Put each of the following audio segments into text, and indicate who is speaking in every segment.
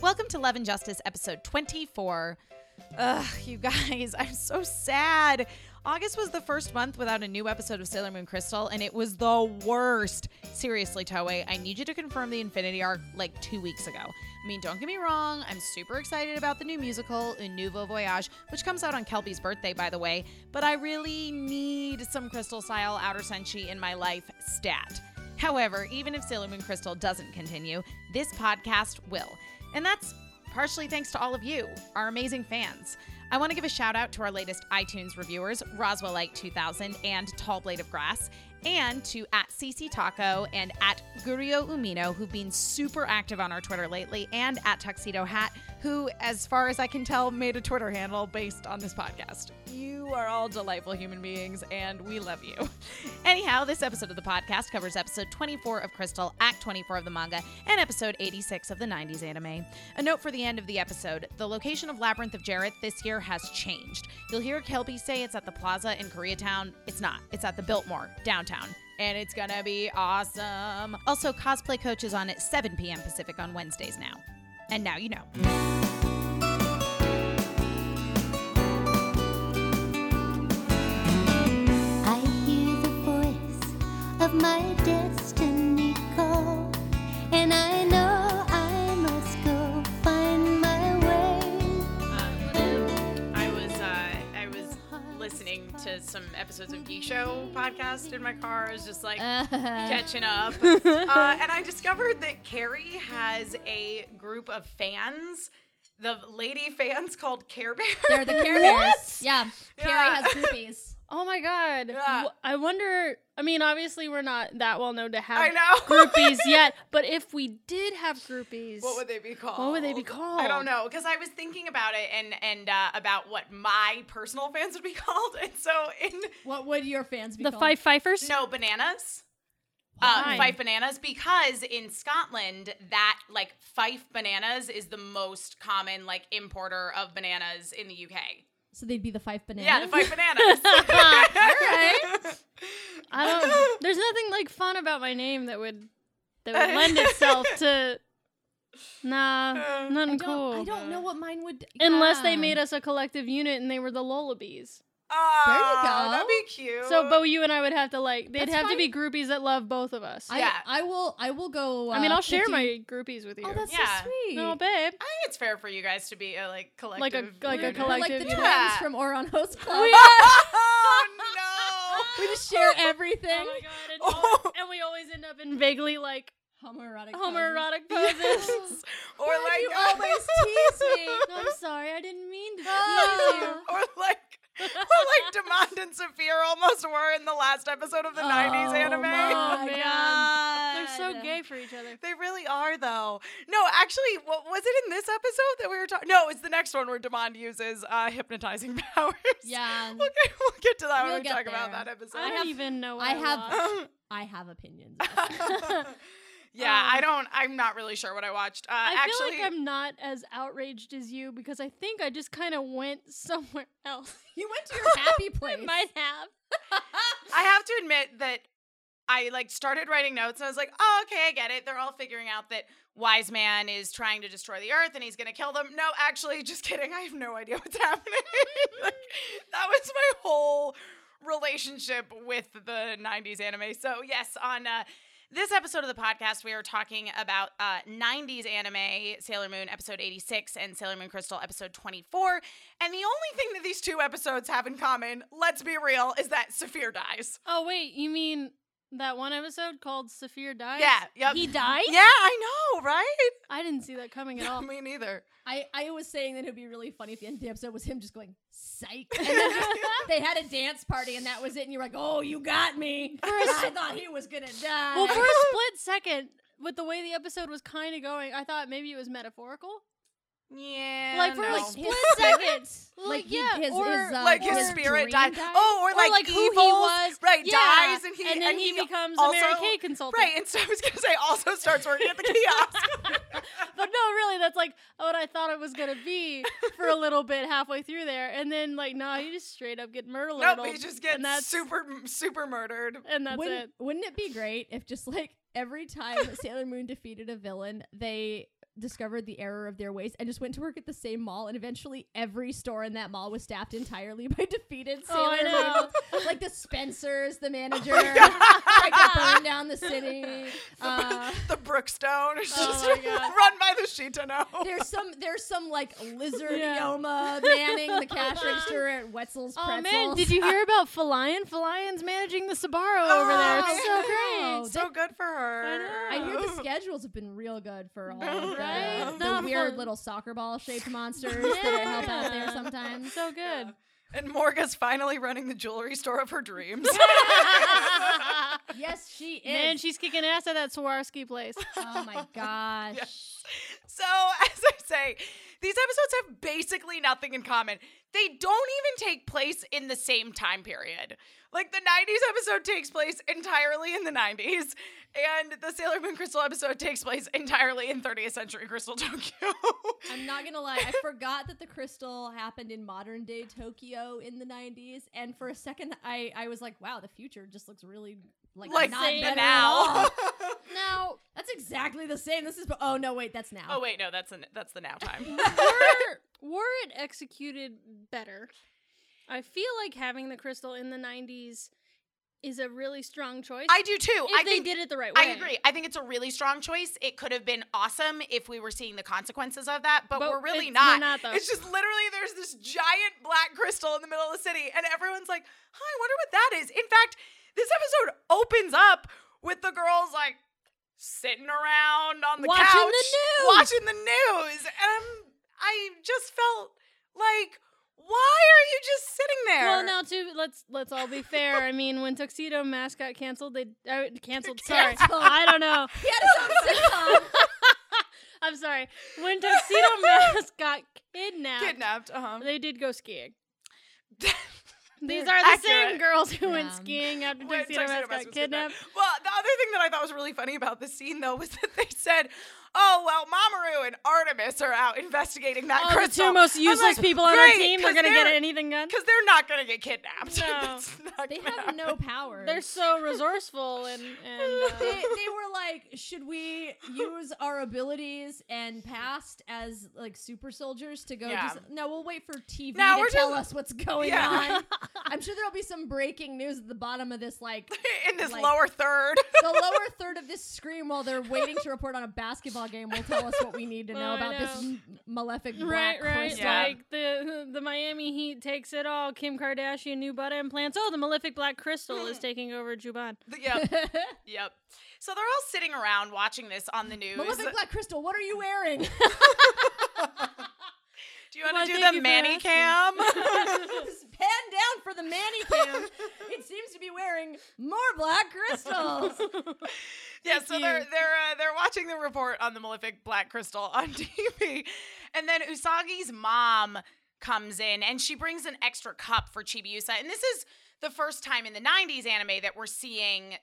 Speaker 1: Welcome to Love and Justice, episode 24. Ugh, you guys, I'm so sad. August was the first month without a new episode of Sailor Moon Crystal, and it was the worst. Seriously, Toei, I need you to confirm the Infinity Arc like two weeks ago. I mean, don't get me wrong, I'm super excited about the new musical, Un Nouveau Voyage, which comes out on Kelby's birthday, by the way, but I really need some Crystal style Outer Senshi in my life stat. However, even if Sailor Moon Crystal doesn't continue, this podcast will. And that's partially thanks to all of you, our amazing fans. I want to give a shout out to our latest iTunes reviewers, Roswellite2000 and Tall Blade of Grass, and to at CC Taco and at Gurio Umino, who've been super active on our Twitter lately, and at Tuxedo Hat, who, as far as I can tell, made a Twitter handle based on this podcast. You are all delightful human beings, and we love you. Anyhow, this episode of the podcast covers episode 24 of Crystal, Act 24 of the manga, and episode 86 of the 90s anime. A note for the end of the episode the location of Labyrinth of Jareth this year has changed. You'll hear Kelby say it's at the plaza in Koreatown. It's not, it's at the Biltmore, downtown and it's gonna be awesome. Also, Cosplay Coach is on at 7 p.m. Pacific on Wednesdays now. And now you know.
Speaker 2: I hear the voice of my destiny call, and I know I must go find my way.
Speaker 3: I was uh, I was listening to some episodes of Geek Show podcast in my car. I was just like catching up, uh, and I discovered that Carrie has a group of fans, the lady fans called Care Bears.
Speaker 4: They're the Care Bears. Yeah.
Speaker 3: Yeah.
Speaker 4: Carrie has groupies.
Speaker 5: Oh my god.
Speaker 3: Yeah.
Speaker 5: W- I wonder. I mean, obviously, we're not that well known to have
Speaker 3: I know.
Speaker 5: groupies yet, but if we did have groupies,
Speaker 3: What would they be called?
Speaker 5: What would they be
Speaker 3: I don't
Speaker 5: called?
Speaker 3: know because I was thinking about it and and uh, about what my personal fans would be called, and so in
Speaker 4: What would your fans be
Speaker 5: the
Speaker 4: called?
Speaker 5: Five Fifers?
Speaker 3: No, bananas. Uh,
Speaker 5: Why?
Speaker 3: Fife bananas because in Scotland that like Fife bananas is the most common like importer of bananas in the UK.
Speaker 4: So they'd be the Fife bananas.
Speaker 3: Yeah, the Fife bananas.
Speaker 5: I don't. There's nothing like fun about my name that would that would lend itself to.
Speaker 3: Uh,
Speaker 5: Nah,
Speaker 4: I
Speaker 5: nothing
Speaker 4: don't,
Speaker 5: cool.
Speaker 4: I don't know what mine would.
Speaker 5: Unless they made us a collective unit and they were the Lullabies.
Speaker 3: Oh,
Speaker 4: There you go.
Speaker 3: That'd be cute.
Speaker 5: So, Bo, you and I would have to like. They'd
Speaker 4: That's
Speaker 5: have to
Speaker 4: fine.
Speaker 5: be groupies that love both of us.
Speaker 4: I,
Speaker 3: yeah.
Speaker 4: I will. I will go. Uh,
Speaker 5: I mean, I'll share
Speaker 4: 50
Speaker 5: my groupies with you.
Speaker 4: Oh, that's
Speaker 3: Yeah.
Speaker 4: so sweet.
Speaker 5: no, babe.
Speaker 3: I think it's fair for you guys to be a like collective.
Speaker 5: Like a- like a
Speaker 3: unit.
Speaker 4: We're like the
Speaker 5: collective.
Speaker 4: twins
Speaker 3: Yeah.
Speaker 4: from Oron Host Club.
Speaker 3: Oh
Speaker 4: We
Speaker 3: no.
Speaker 4: just share everything.
Speaker 5: Oh my god! And, and we always end up in vaguely like
Speaker 4: Homoerotic.
Speaker 5: homoerotic poses.
Speaker 4: poses.
Speaker 3: Or like
Speaker 4: you always tease me. No, I'm sorry. I didn't mean to tease
Speaker 5: Oh.
Speaker 4: you.
Speaker 3: or like or like Demond and Saphir almost were in the last episode of the 90s anime.
Speaker 4: my
Speaker 5: Oh, man.
Speaker 4: God.
Speaker 5: They're so gay for each other.
Speaker 3: They really are though. No, actually, what was it in this episode that we were talking? No, it's the next one where Demond uses uh, hypnotizing powers.
Speaker 4: Yeah.
Speaker 3: We'll get, we'll get to that
Speaker 4: We'll
Speaker 3: when we
Speaker 4: get
Speaker 3: talk about
Speaker 4: there.
Speaker 3: that episode.
Speaker 5: I don't even know. What
Speaker 4: I
Speaker 5: I,
Speaker 4: have-
Speaker 5: watched.
Speaker 4: I have opinions.
Speaker 3: yeah,
Speaker 5: Um,
Speaker 3: I don't. I'm not really sure what I watched. Uh,
Speaker 5: I feel
Speaker 3: actually,
Speaker 5: like I'm not as outraged as you because I think I just kind of went somewhere else.
Speaker 4: you went to your happy
Speaker 5: I
Speaker 4: place.
Speaker 5: might have.
Speaker 3: I have to admit that I like started writing notes and I was like, oh, okay, I get it. They're all figuring out that wise man is trying to destroy the earth and he's gonna kill them. No, actually, just kidding. I have no idea what's happening. like, that was my whole relationship with the 90s anime. So yes, on uh this episode of the podcast, we are talking about uh, 90s anime, Sailor Moon episode 86 and Sailor Moon Crystal episode 24. And the only thing that these two episodes have in common, let's be real, is that Saphir dies.
Speaker 5: Oh wait, you mean that one episode called Saphir dies?
Speaker 3: Yeah, yep.
Speaker 5: He died?
Speaker 3: Yeah, I know, right?
Speaker 5: I didn't see that coming at all.
Speaker 3: Me neither.
Speaker 4: I, I was saying that it would be really funny if the end of the episode was him just going, psych. And then just, they had a dance party and that was it. And you're like, oh, you got me. I thought he was going to die.
Speaker 5: Well, for a split second, with the way the episode was kind of going, I thought maybe it was metaphorical.
Speaker 3: Yeah.
Speaker 5: Like, for,
Speaker 3: no.
Speaker 5: like,
Speaker 4: his
Speaker 5: split
Speaker 4: spirit-
Speaker 5: second.
Speaker 4: Like,
Speaker 5: Like,
Speaker 4: he-
Speaker 5: yeah,
Speaker 4: his,
Speaker 5: or-
Speaker 4: his, uh,
Speaker 3: like his,
Speaker 4: his
Speaker 3: spirit
Speaker 4: dream
Speaker 3: died.
Speaker 4: died.
Speaker 3: Oh, or like,
Speaker 5: like, who he
Speaker 3: evils,
Speaker 5: was.
Speaker 3: Right,
Speaker 5: Yeah.
Speaker 3: dies and he
Speaker 5: And then he becomes a
Speaker 3: also,
Speaker 5: Mary Kay consultant.
Speaker 3: Right, and so I was gonna say also starts working at the kiosk.
Speaker 5: But no, really, that's like what I thought it was gonna be for a little bit halfway through there, and then like, nah, you just straight up get murdered.
Speaker 3: nope, he just
Speaker 5: and
Speaker 3: gets
Speaker 5: that's,
Speaker 3: super super murdered.
Speaker 5: and that's
Speaker 4: wouldn't,
Speaker 5: it.
Speaker 4: Wouldn't it be great if just like every time Sailor Moon defeated a villain, they discovered the error of their ways and just went to work at the same mall. And eventually, every store in that mall was staffed entirely by defeated
Speaker 5: Oh,
Speaker 4: sailor
Speaker 5: I know. Oh,
Speaker 4: moons. like the Spencers, the manager, tried to burn down the city. Uh,
Speaker 3: the Brookstone is just
Speaker 5: Oh my God.
Speaker 3: run by the Shitano.
Speaker 4: there's some there's some like lizard
Speaker 5: Yeah.
Speaker 4: Ioma manning the cash register at Wetzel's
Speaker 5: Oh
Speaker 4: Pretzels.
Speaker 5: man, did you hear about Falion? Falion's managing the Sabaro over there. It's so
Speaker 4: Oh,
Speaker 5: great.
Speaker 3: So good for her.
Speaker 5: know.
Speaker 4: I
Speaker 3: Oh.
Speaker 4: hear the schedules have been real good for all of the,
Speaker 5: Right?
Speaker 4: the
Speaker 5: Not
Speaker 4: weird
Speaker 5: fun.
Speaker 4: little soccer ball shaped monsters that I help out there
Speaker 5: Yeah.
Speaker 4: sometimes.
Speaker 5: So good.
Speaker 3: And Morga's finally running the jewelry store of her dreams.
Speaker 4: Yes, she is.
Speaker 5: Man, she's kicking ass at that Swarovski place. Uh,
Speaker 4: oh my gosh.
Speaker 3: So, as I say, these episodes have basically nothing in common. They don't even take place in the same time period. Like the 90s episode takes place entirely in the 90s, and the Sailor Moon Crystal episode takes place entirely in 30th century Crystal Tokyo.
Speaker 4: I'm not gonna lie, I forgot that the crystal happened in modern day Tokyo in the 90s, and for a second, I I was like, wow, the future just looks really like,
Speaker 3: like
Speaker 4: not
Speaker 3: the
Speaker 4: better at
Speaker 3: now.
Speaker 4: all.
Speaker 5: Oh.
Speaker 4: Now that's exactly the same. This is oh no wait, that's now.
Speaker 3: oh wait, no, that's the, that's the now time.
Speaker 5: were, were it executed better, I feel like having the crystal in the 90s is a really strong choice.
Speaker 3: I do too.
Speaker 5: if
Speaker 3: I
Speaker 5: they
Speaker 3: think
Speaker 5: did it the right way.
Speaker 3: I agree. I think it's a really strong choice. It could have been awesome if we were seeing the consequences of that, but,
Speaker 5: But
Speaker 3: we're really
Speaker 5: it's-
Speaker 3: not.
Speaker 5: we're not, though.
Speaker 3: It's just literally there's this giant black crystal in the middle of the city, and everyone's like, huh, I wonder what that is. In fact, this episode opens up with the girls like sitting around on the
Speaker 5: Watching the
Speaker 3: couch,
Speaker 5: news.
Speaker 3: watching the news. And I'm- I just felt like, why are you just sitting there?
Speaker 5: Well, now too, let's let's all be fair. I mean, when Tuxedo Mask got canceled, they uh, canceled. Sorry, I don't know.
Speaker 4: He had his own sitcom.
Speaker 5: I'm sorry. When Tuxedo Mask got kidnapped,
Speaker 3: kidnapped. Uh-huh.
Speaker 5: they did go skiing. These
Speaker 3: They're
Speaker 5: are the
Speaker 3: accurate.
Speaker 5: same girls who went
Speaker 4: Yeah.
Speaker 5: skiing after
Speaker 3: When
Speaker 5: Tuxedo
Speaker 3: Tuxedo
Speaker 5: Mask
Speaker 3: Mask
Speaker 5: got
Speaker 3: was kidnapped.
Speaker 5: kidnapped.
Speaker 3: Well, the other thing that I thought was really funny about this scene, though, was that they said, "Oh, well, Mamoru and Artemis are out investigating that
Speaker 5: All Oh, the
Speaker 3: crystal."
Speaker 5: two most useless people on our team. They're gonna get anything done.
Speaker 3: because they're not gonna get kidnapped.
Speaker 5: No.
Speaker 3: That's not
Speaker 4: They
Speaker 3: gonna
Speaker 4: have
Speaker 3: happen.
Speaker 4: no power.
Speaker 5: They're so resourceful and and.
Speaker 4: they,
Speaker 5: Uh,
Speaker 4: they were like, should we use our abilities and past as like super soldiers to go?
Speaker 3: Yeah.
Speaker 4: Do some- no, we'll wait for TV
Speaker 3: No,
Speaker 4: to
Speaker 3: we're
Speaker 4: tell
Speaker 3: just-
Speaker 4: us what's going
Speaker 3: Yeah.
Speaker 4: on. I'm sure there'll be some breaking news at the bottom of this, like
Speaker 3: in this
Speaker 4: like-
Speaker 3: lower third.
Speaker 4: the lower third of this scream while they're waiting to report on a basketball game. Will tell us what we need to know
Speaker 5: Oh, I
Speaker 4: about this
Speaker 5: know.
Speaker 4: m- malefic
Speaker 5: Right,
Speaker 4: black
Speaker 5: right.
Speaker 4: crystal.
Speaker 3: Yeah.
Speaker 5: Like the the Miami Heat takes it all. Kim Kardashian new butt implants. Oh, the malefic black crystal is taking over Juban.
Speaker 3: yep, yep. So they're all sitting around watching this on the news.
Speaker 4: Malefic black crystal, what are you wearing?
Speaker 3: do you want to
Speaker 5: Well, thank
Speaker 3: do
Speaker 5: you
Speaker 3: the
Speaker 5: for
Speaker 3: manny cam?
Speaker 4: Pan down for the mannequin. it seems to be wearing more black crystals.
Speaker 3: Yeah, so they're
Speaker 5: you.
Speaker 3: they're uh, they're watching the report on the malefic black crystal on TV, and then Usagi's mom comes in and she brings an extra cup for Chibiusa, and this is the first time in the '90s anime that we're seeing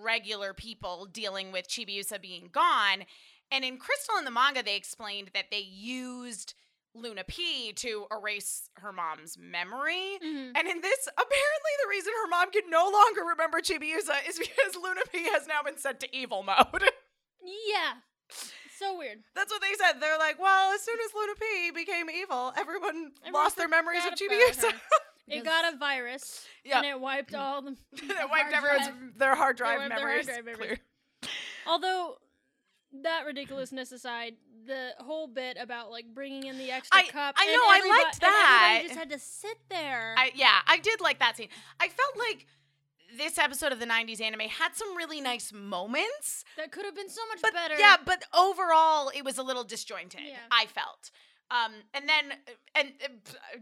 Speaker 3: regular people dealing with Chibiusa being gone. And in Crystal and the manga, they explained that they used Luna P to erase her mom's memory.
Speaker 5: Mhm.
Speaker 3: And in this, apparently, the reason her mom can no longer remember Chibiusa is because Luna P has now been sent to evil mode.
Speaker 5: Yeah. So weird.
Speaker 3: That's what they said. They're like, well, as soon as Luna P became evil, everyone,
Speaker 5: Everyone
Speaker 3: lost their memories of
Speaker 5: forgot
Speaker 3: Chibiusa.
Speaker 5: about her. It got a virus
Speaker 3: Yeah.
Speaker 5: and it wiped all the.
Speaker 3: it wiped
Speaker 4: hard
Speaker 3: everyone's their hard drive
Speaker 5: wiped their hard
Speaker 3: memories.
Speaker 5: drive memories.
Speaker 3: clear.
Speaker 5: Although that ridiculousness aside, the whole bit about like bringing in the extra
Speaker 3: I-
Speaker 5: cup.
Speaker 3: I
Speaker 5: and
Speaker 3: know, I
Speaker 5: everybo-
Speaker 3: liked
Speaker 5: and everybody
Speaker 3: that.
Speaker 5: just had to sit there.
Speaker 3: I, yeah, I did like that scene. I felt like this episode of the 90s anime had some really nice moments.
Speaker 5: that could have been so much
Speaker 3: but
Speaker 5: better.
Speaker 3: yeah but overall it was a little disjointed
Speaker 5: Yeah.
Speaker 3: i felt um and then and uh,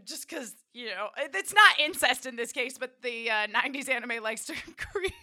Speaker 3: just because you know it- it's not incest in this case but the uh, 90s anime likes to create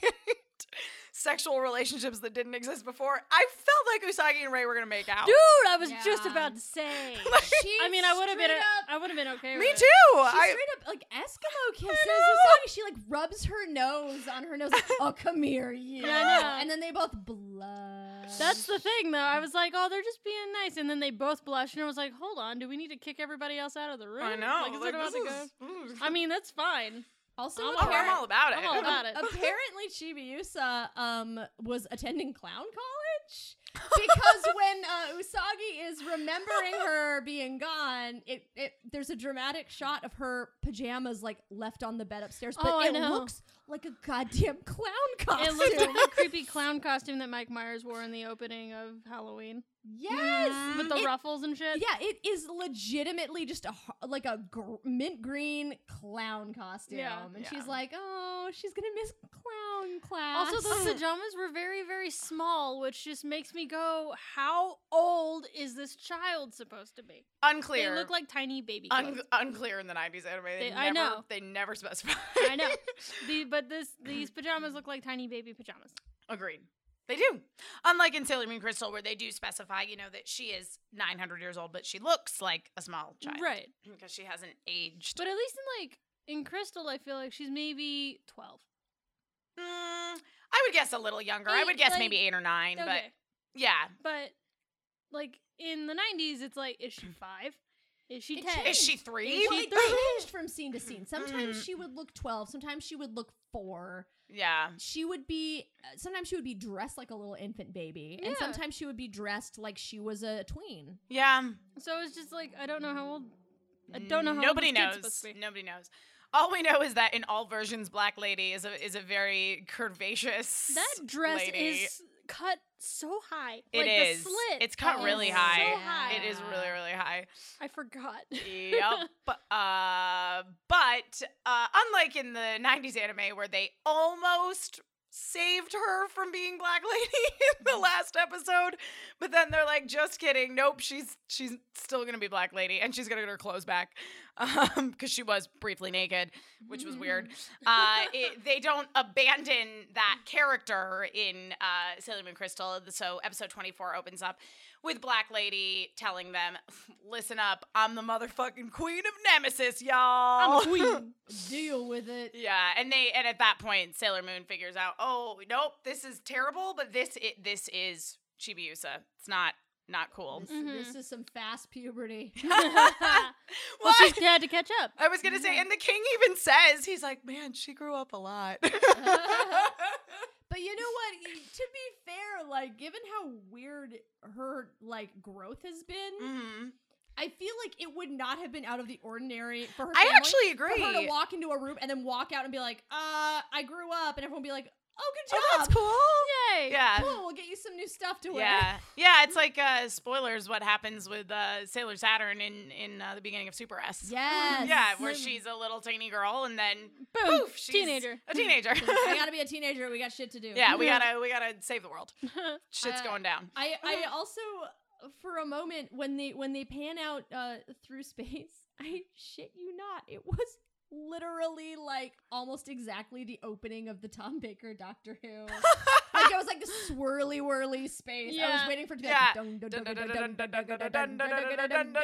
Speaker 3: sexual relationships that didn't exist before i felt like usagi and ray were gonna make out
Speaker 5: dude, I was just
Speaker 4: Yeah.
Speaker 5: about to say.
Speaker 4: She
Speaker 5: I mean, I would have been.
Speaker 4: straight up-
Speaker 5: I would have been okay.
Speaker 3: me
Speaker 5: with it.
Speaker 3: too
Speaker 4: She
Speaker 3: I,
Speaker 4: straight up like Eskimo kisses
Speaker 3: know.
Speaker 4: Usagi. She like rubs her nose on her nose. Like, oh, come here, you.
Speaker 5: Yeah, I know.
Speaker 4: And then they both blush.
Speaker 5: That's the thing, though. I was like, oh, they're just being nice, and then they both blushed, and I was like, hold on, do we need to kick everybody else out of the room?
Speaker 3: I know
Speaker 5: Like, is it
Speaker 3: like,
Speaker 5: about to
Speaker 3: this
Speaker 5: go?
Speaker 3: is- mm.
Speaker 5: I mean, that's fine.
Speaker 4: also
Speaker 5: I'm
Speaker 3: oh, i'm
Speaker 4: apparent-
Speaker 3: all about it
Speaker 5: I'm all about it.
Speaker 4: apparently Chibiusa um was attending clown college. because when uh, Usagi is remembering her being gone, it, it there's a dramatic shot of her pajamas like left on the bed upstairs, but
Speaker 5: Oh, I
Speaker 4: it
Speaker 5: know.
Speaker 4: looks like a goddamn clown
Speaker 5: It
Speaker 4: costume.
Speaker 5: looked like that creepy clown costume that Mike Myers wore in the opening of Halloween
Speaker 4: yes,
Speaker 5: with the
Speaker 4: It-
Speaker 5: ruffles and shit.
Speaker 4: Yeah, it is legitimately just a ho- like a gr- mint green clown costume,
Speaker 5: Yeah.
Speaker 4: and
Speaker 3: Yeah.
Speaker 4: she's like, "Oh, she's gonna miss clown class."
Speaker 5: Also, those pajamas were very, very small, which just makes me go, how old is this child supposed to be?
Speaker 3: Unclear.
Speaker 5: They look like tiny baby clothes.
Speaker 3: Un- unclear in the 90s anime. They,
Speaker 5: They-
Speaker 3: never,
Speaker 5: I know.
Speaker 3: They never specify.
Speaker 5: I know. The, but this these pajamas look like tiny baby pajamas.
Speaker 3: Agreed. They do. Unlike in Sailor Moon Crystal, where they do specify, you know, that she is 900 years old, but she looks like a small child.
Speaker 5: Right.
Speaker 3: Because she hasn't aged.
Speaker 5: But at least in like in Crystal, I feel like she's maybe twelve.
Speaker 3: Mm, I would guess a little younger. I
Speaker 5: Eight,
Speaker 3: would guess
Speaker 5: like-
Speaker 3: maybe eight or nine.
Speaker 5: Okay.
Speaker 3: But yeah.
Speaker 5: But like in the nineties, it's like, is she five? Is she
Speaker 4: It
Speaker 5: ten?
Speaker 3: Is she three?
Speaker 4: Well,
Speaker 5: she
Speaker 4: it changed from scene to
Speaker 5: Mm-hmm.
Speaker 4: scene. Sometimes
Speaker 3: Mm.
Speaker 4: she would look 12, sometimes she would look 4.
Speaker 3: yeah.
Speaker 4: She would be uh, sometimes she would be dressed like a little infant baby and
Speaker 5: Yeah.
Speaker 4: sometimes she would be dressed like she was a tween.
Speaker 3: Yeah.
Speaker 5: So it's just like I don't know how old. I don't know how old
Speaker 3: Nobody
Speaker 5: this kid's
Speaker 3: knows.
Speaker 5: supposed to be.
Speaker 3: Nobody knows. All we know is that in all versions, Black Lady is a is a very curvaceous.
Speaker 5: That dress
Speaker 3: lady.
Speaker 5: is cut so high.
Speaker 3: It
Speaker 5: like
Speaker 3: is.
Speaker 5: The slit
Speaker 3: It's cut
Speaker 5: is
Speaker 3: really
Speaker 5: so
Speaker 3: high.
Speaker 5: high.
Speaker 3: It is really really high.
Speaker 5: I forgot.
Speaker 3: yep. Uh, but uh, unlike in the '90s anime where they almost saved her from being Black Lady in the last episode, but then they're like, "Just kidding. Nope. She's she's still gonna be Black Lady, and she's gonna get her clothes back because um, she was briefly naked, which was weird."
Speaker 5: Mm.
Speaker 3: uh, it, they don't abandon that character in uh, Sailor Moon Crystal. So episode 24 opens up with Black Lady telling them, listen up, I'm the motherfucking queen of Nemesis, y'all.
Speaker 5: I'm a queen.
Speaker 4: Deal with it.
Speaker 3: yeah, and they and at that point Sailor Moon figures out, oh nope, this is terrible, but this it, this is Chibiusa. It's not not cool.
Speaker 4: This,
Speaker 5: Mm-hmm.
Speaker 4: this is some fast puberty.
Speaker 5: well,
Speaker 3: What?
Speaker 5: she's had to catch up.
Speaker 3: I was gonna say,
Speaker 4: Mm-hmm.
Speaker 3: and the king even says he's like, man, she grew up a lot.
Speaker 4: Mm-hmm. But you know what? Y- To be fair, like given how weird her like growth has been,
Speaker 3: Mhm.
Speaker 4: I feel like it would not have been out of the ordinary for her.
Speaker 3: I
Speaker 4: family
Speaker 3: actually
Speaker 4: for
Speaker 3: agree.
Speaker 4: her to walk into a room and then walk out and be like, "Uh, I grew up," and everyone be like, "Oh, good job,
Speaker 3: Oh, that's cool.
Speaker 5: Yay.
Speaker 3: Yeah.
Speaker 4: cool. We'll get you some new stuff to wear."
Speaker 3: Yeah, yeah. It's like uh, spoilers. What happens with uh, Sailor Saturn in in uh, the beginning of Super S?
Speaker 4: Yes.
Speaker 3: yeah, where she's a little tiny girl and then
Speaker 5: Boom.
Speaker 3: poof, she's
Speaker 5: Teenager.
Speaker 3: a teenager.
Speaker 4: we gotta be a teenager. We got shit to do.
Speaker 3: yeah, we gotta we gotta save the world. Shit's
Speaker 4: Uh,
Speaker 3: going down.
Speaker 4: I I also uh, for a moment when they when they pan out uh through space, I shit you not, it was literally like almost exactly the opening of the Tom Baker Doctor Who. like it was like the swirly whirly space. I was
Speaker 5: Yeah.
Speaker 4: waiting for it to be
Speaker 3: Yeah.
Speaker 4: like dun dun dun dun dun dun dun dun dun dun dun dun dun dun dun.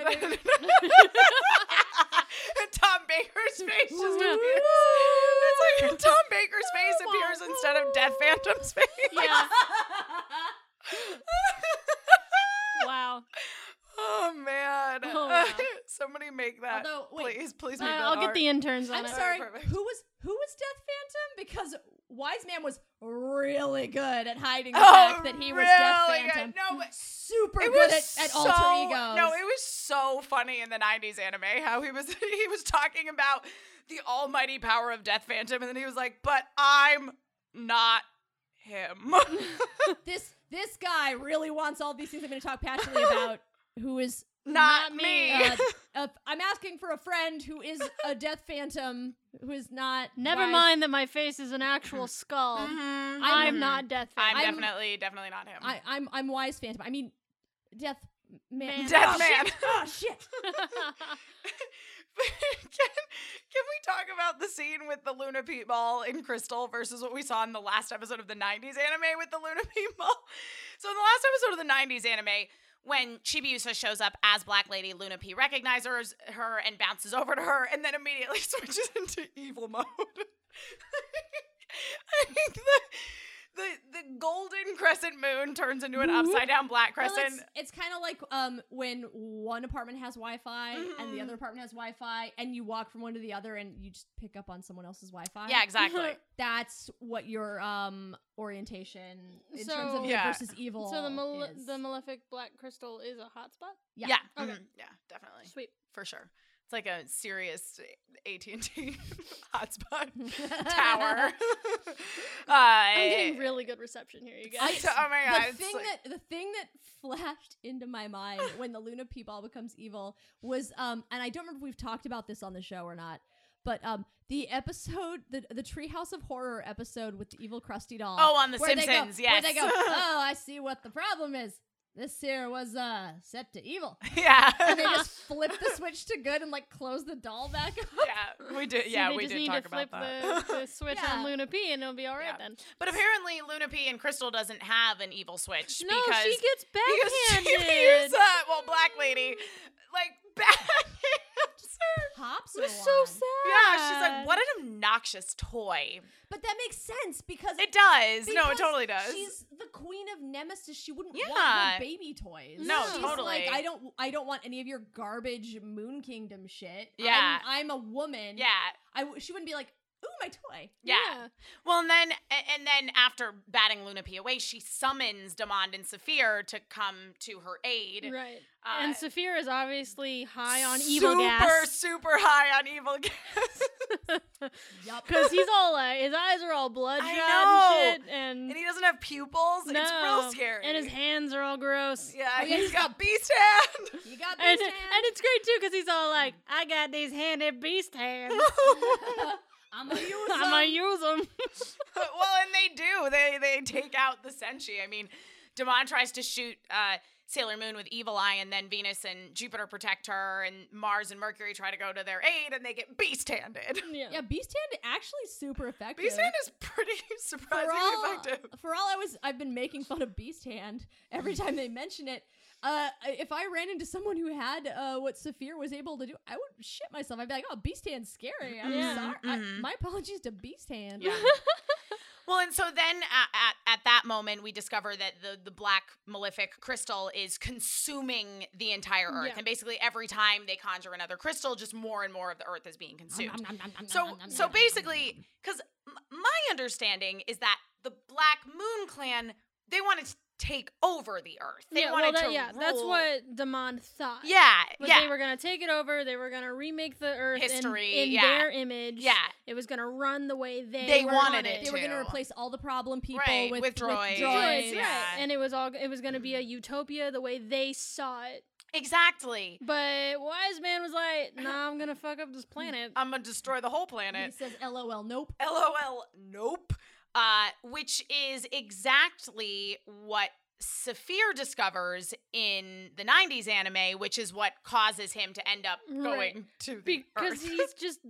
Speaker 3: Tom Baker's face just appears. It's like Tom Baker's face appears instead of Death Phantom's face.
Speaker 5: Yeah. wow.
Speaker 3: Oh man!
Speaker 5: Oh, wow.
Speaker 3: Somebody make that.
Speaker 4: Although wait,
Speaker 3: please, please
Speaker 5: Uh,
Speaker 3: make that.
Speaker 5: I'll get
Speaker 3: art.
Speaker 5: the interns on
Speaker 4: I'm
Speaker 5: it.
Speaker 4: sorry.
Speaker 3: Perfect.
Speaker 4: Who was who was Death Phantom? Because Wise Man was really good at hiding the
Speaker 3: Oh,
Speaker 4: fact that he was Death
Speaker 3: really good.
Speaker 4: Phantom.
Speaker 3: No, but-
Speaker 4: super
Speaker 3: It
Speaker 4: good
Speaker 3: was
Speaker 4: at, at
Speaker 3: so,
Speaker 4: alter egos.
Speaker 3: No, it was so funny in the '90s anime how he was he was talking about the almighty power of Death Phantom, and then he was like, "But I'm not him."
Speaker 4: this this guy really wants all these things I'm going to talk passionately about. Who is?
Speaker 3: Not
Speaker 5: Not
Speaker 3: me.
Speaker 5: me.
Speaker 4: Uh, a, I'm asking for a friend who is a Death Phantom who is not.
Speaker 5: Never
Speaker 4: Wise-
Speaker 5: mind that my face is an actual skull.
Speaker 3: Mhm.
Speaker 5: I'm not Death
Speaker 3: Mm-hmm. I'm,
Speaker 5: Phantom.
Speaker 3: definitely, definitely not him.
Speaker 4: I, I'm I'm Wise Phantom. I mean, Death Man.
Speaker 3: Death
Speaker 4: Oh,
Speaker 3: Man.
Speaker 4: Shit. Oh shit!
Speaker 3: can, can we talk about the scene with the Luna Peatball in Crystal versus what we saw in the last episode of the 90s anime with the Luna Peatball? So, in the last episode of the 90s anime, when Chibiusa shows up as Black Lady, Luna P recognizes her and bounces over to her and then immediately switches into evil mode. I think the, the the golden crescent moon turns into an upside down black
Speaker 4: Well,
Speaker 3: crescent.
Speaker 4: it's, it's kind of like um when one apartment has Wi-Fi and
Speaker 5: Mm-hmm.
Speaker 4: the
Speaker 3: Mhm.
Speaker 4: other apartment has Wi-Fi, and you walk from one to the other, and you just pick up on someone else's Wi-Fi.
Speaker 3: yeah, exactly.
Speaker 4: that's what your um orientation in terms
Speaker 5: So-
Speaker 4: of good
Speaker 3: Yeah.
Speaker 4: versus evil.
Speaker 5: So the male-
Speaker 4: is.
Speaker 5: the malefic black crystal is a hotspot.
Speaker 4: yeah.
Speaker 3: Yeah.
Speaker 5: Okay.
Speaker 3: mhm, Yeah, definitely.
Speaker 5: Sweet.
Speaker 3: For sure. It's like a serious AT&T hotspot tower. uh,
Speaker 5: I'm getting really good reception here, you
Speaker 3: I-
Speaker 5: guys.
Speaker 3: so- oh my god.
Speaker 4: the
Speaker 3: it's
Speaker 4: thing
Speaker 3: like-
Speaker 4: that the thing that flashed into my mind when the Luna Peeball becomes evil was um and I don't remember if we've talked about this on the show or not, but um the episode the the Treehouse of Horror episode with the evil crusty doll.
Speaker 3: oh, on The
Speaker 4: where
Speaker 3: Simpsons.
Speaker 4: They go,
Speaker 3: yes.
Speaker 4: Where they go, oh, I see what the problem is. This here was uh set to evil.
Speaker 3: yeah.
Speaker 5: uh,
Speaker 4: And they just flip the switch to good and like close the doll back up.
Speaker 3: yeah, we did.
Speaker 5: So
Speaker 3: Yeah,
Speaker 5: they
Speaker 3: we
Speaker 5: just
Speaker 3: did
Speaker 5: need
Speaker 3: talk
Speaker 5: to
Speaker 3: about
Speaker 5: flip
Speaker 3: that.
Speaker 5: The, the switch
Speaker 4: Yeah.
Speaker 5: on Luna P, and it'll be all right
Speaker 3: Yeah.
Speaker 5: then.
Speaker 3: but apparently, Luna P and Crystal doesn't have an evil switch
Speaker 5: No,
Speaker 3: because
Speaker 5: she gets
Speaker 3: because
Speaker 5: backhanded.
Speaker 3: TPU's, uh, well, black lady, like backhands her.
Speaker 4: Pops
Speaker 5: It
Speaker 4: are
Speaker 5: was so
Speaker 4: on.
Speaker 5: sad.
Speaker 3: Yeah, she's like, what an obnoxious toy.
Speaker 4: But that makes sense because
Speaker 3: It does. no, it
Speaker 4: Because
Speaker 3: totally does.
Speaker 4: She's the queen of Nemesis. She wouldn't want
Speaker 3: Yeah.
Speaker 4: her baby toys.
Speaker 5: No,
Speaker 4: she's
Speaker 3: totally.
Speaker 4: Like I don't, I don't want any of your garbage Moon Kingdom shit.
Speaker 3: Yeah.
Speaker 4: I'm, I'm a woman.
Speaker 3: yeah.
Speaker 4: I w- she wouldn't be like, ooh, my toy.
Speaker 3: Yeah. Well, and then a- and then after batting Luna P away, she summons Demond and Saphir to come to her aid.
Speaker 5: Right.
Speaker 3: Uh,
Speaker 5: and Saphir is obviously high on
Speaker 3: super,
Speaker 5: evil gas.
Speaker 3: Super high on evil gas.
Speaker 4: Yup.
Speaker 5: Because he's all like, his eyes are all bloodshot
Speaker 3: know.
Speaker 5: and shit. And,
Speaker 3: and he doesn't have pupils.
Speaker 5: no.
Speaker 3: It's real scary.
Speaker 5: And his hands are all gross.
Speaker 3: Yeah,
Speaker 4: Oh, yeah,
Speaker 3: he's
Speaker 4: he's
Speaker 3: got beast hand.
Speaker 4: You got
Speaker 5: And,
Speaker 4: beast
Speaker 5: and it's great too because he's all like, I got these handed beast hands.
Speaker 4: hand. I'm a user.
Speaker 5: I'm gonna use them.
Speaker 3: well, and they do. They they take out the Senshi. I mean, Demon tries to shoot uh, Sailor Moon with Evil Eye, and then Venus and Jupiter protect her, and Mars and Mercury try to go to their aid, and they get beast handed.
Speaker 5: yeah.
Speaker 4: yeah, beast hand actually super effective.
Speaker 3: Beast hand is pretty
Speaker 4: for
Speaker 3: surprisingly
Speaker 4: all,
Speaker 3: effective.
Speaker 4: for all I was, I've been making fun of Beast Hand every time they mention it. Uh, if I ran into someone who had uh, what Saphir was able to do, I would shit myself. I'd be like, "Oh, Beast Hand's scary." I'm
Speaker 5: Yeah.
Speaker 4: sorry. I-
Speaker 3: Mhm.
Speaker 4: my apologies to Beast Hand.
Speaker 3: Yeah. well, and so then at, at, at that moment, we discover that the, the black malefic crystal is consuming the entire Earth.
Speaker 5: Yeah.
Speaker 3: And basically, every time they conjure another crystal, just more and more of the Earth is being consumed.
Speaker 4: Nom, nom, nom, nom, nom,
Speaker 3: so
Speaker 4: nom, nom,
Speaker 3: so
Speaker 4: nom, nom,
Speaker 3: basically because my understanding is that the black moon clan they wanted to take over the earth they
Speaker 5: yeah, well,
Speaker 3: wanted
Speaker 5: that-
Speaker 3: to
Speaker 5: yeah, that's
Speaker 3: rule-
Speaker 5: what Damon thought.
Speaker 3: yeah
Speaker 5: Was
Speaker 3: yeah
Speaker 5: They were gonna take it over. They were gonna remake the Earth in-
Speaker 3: History,
Speaker 5: in,
Speaker 3: yeah.
Speaker 5: their image.
Speaker 3: yeah
Speaker 5: it was gonna run the way they
Speaker 3: They
Speaker 5: were
Speaker 3: wanted
Speaker 5: on
Speaker 3: it
Speaker 4: they were going to
Speaker 3: too.
Speaker 4: replace all the problem people
Speaker 3: Right,
Speaker 4: with,
Speaker 3: with droids.
Speaker 4: droids.
Speaker 5: Right,
Speaker 3: Joyce,
Speaker 5: right.
Speaker 3: yeah.
Speaker 5: And it was all it was gonna be a utopia the way they saw it.
Speaker 3: exactly
Speaker 5: But wise man was like, "Nah, I'm gonna fuck up this planet."
Speaker 3: i'm gonna destroy the whole
Speaker 4: He
Speaker 3: planet
Speaker 4: says, "LOL, nope."
Speaker 3: lol nope uh, which is exactly what Saphir discovers in the 90s anime, which is what causes him to end up going
Speaker 5: Right.
Speaker 3: to the
Speaker 5: because
Speaker 3: Earth.
Speaker 5: he's just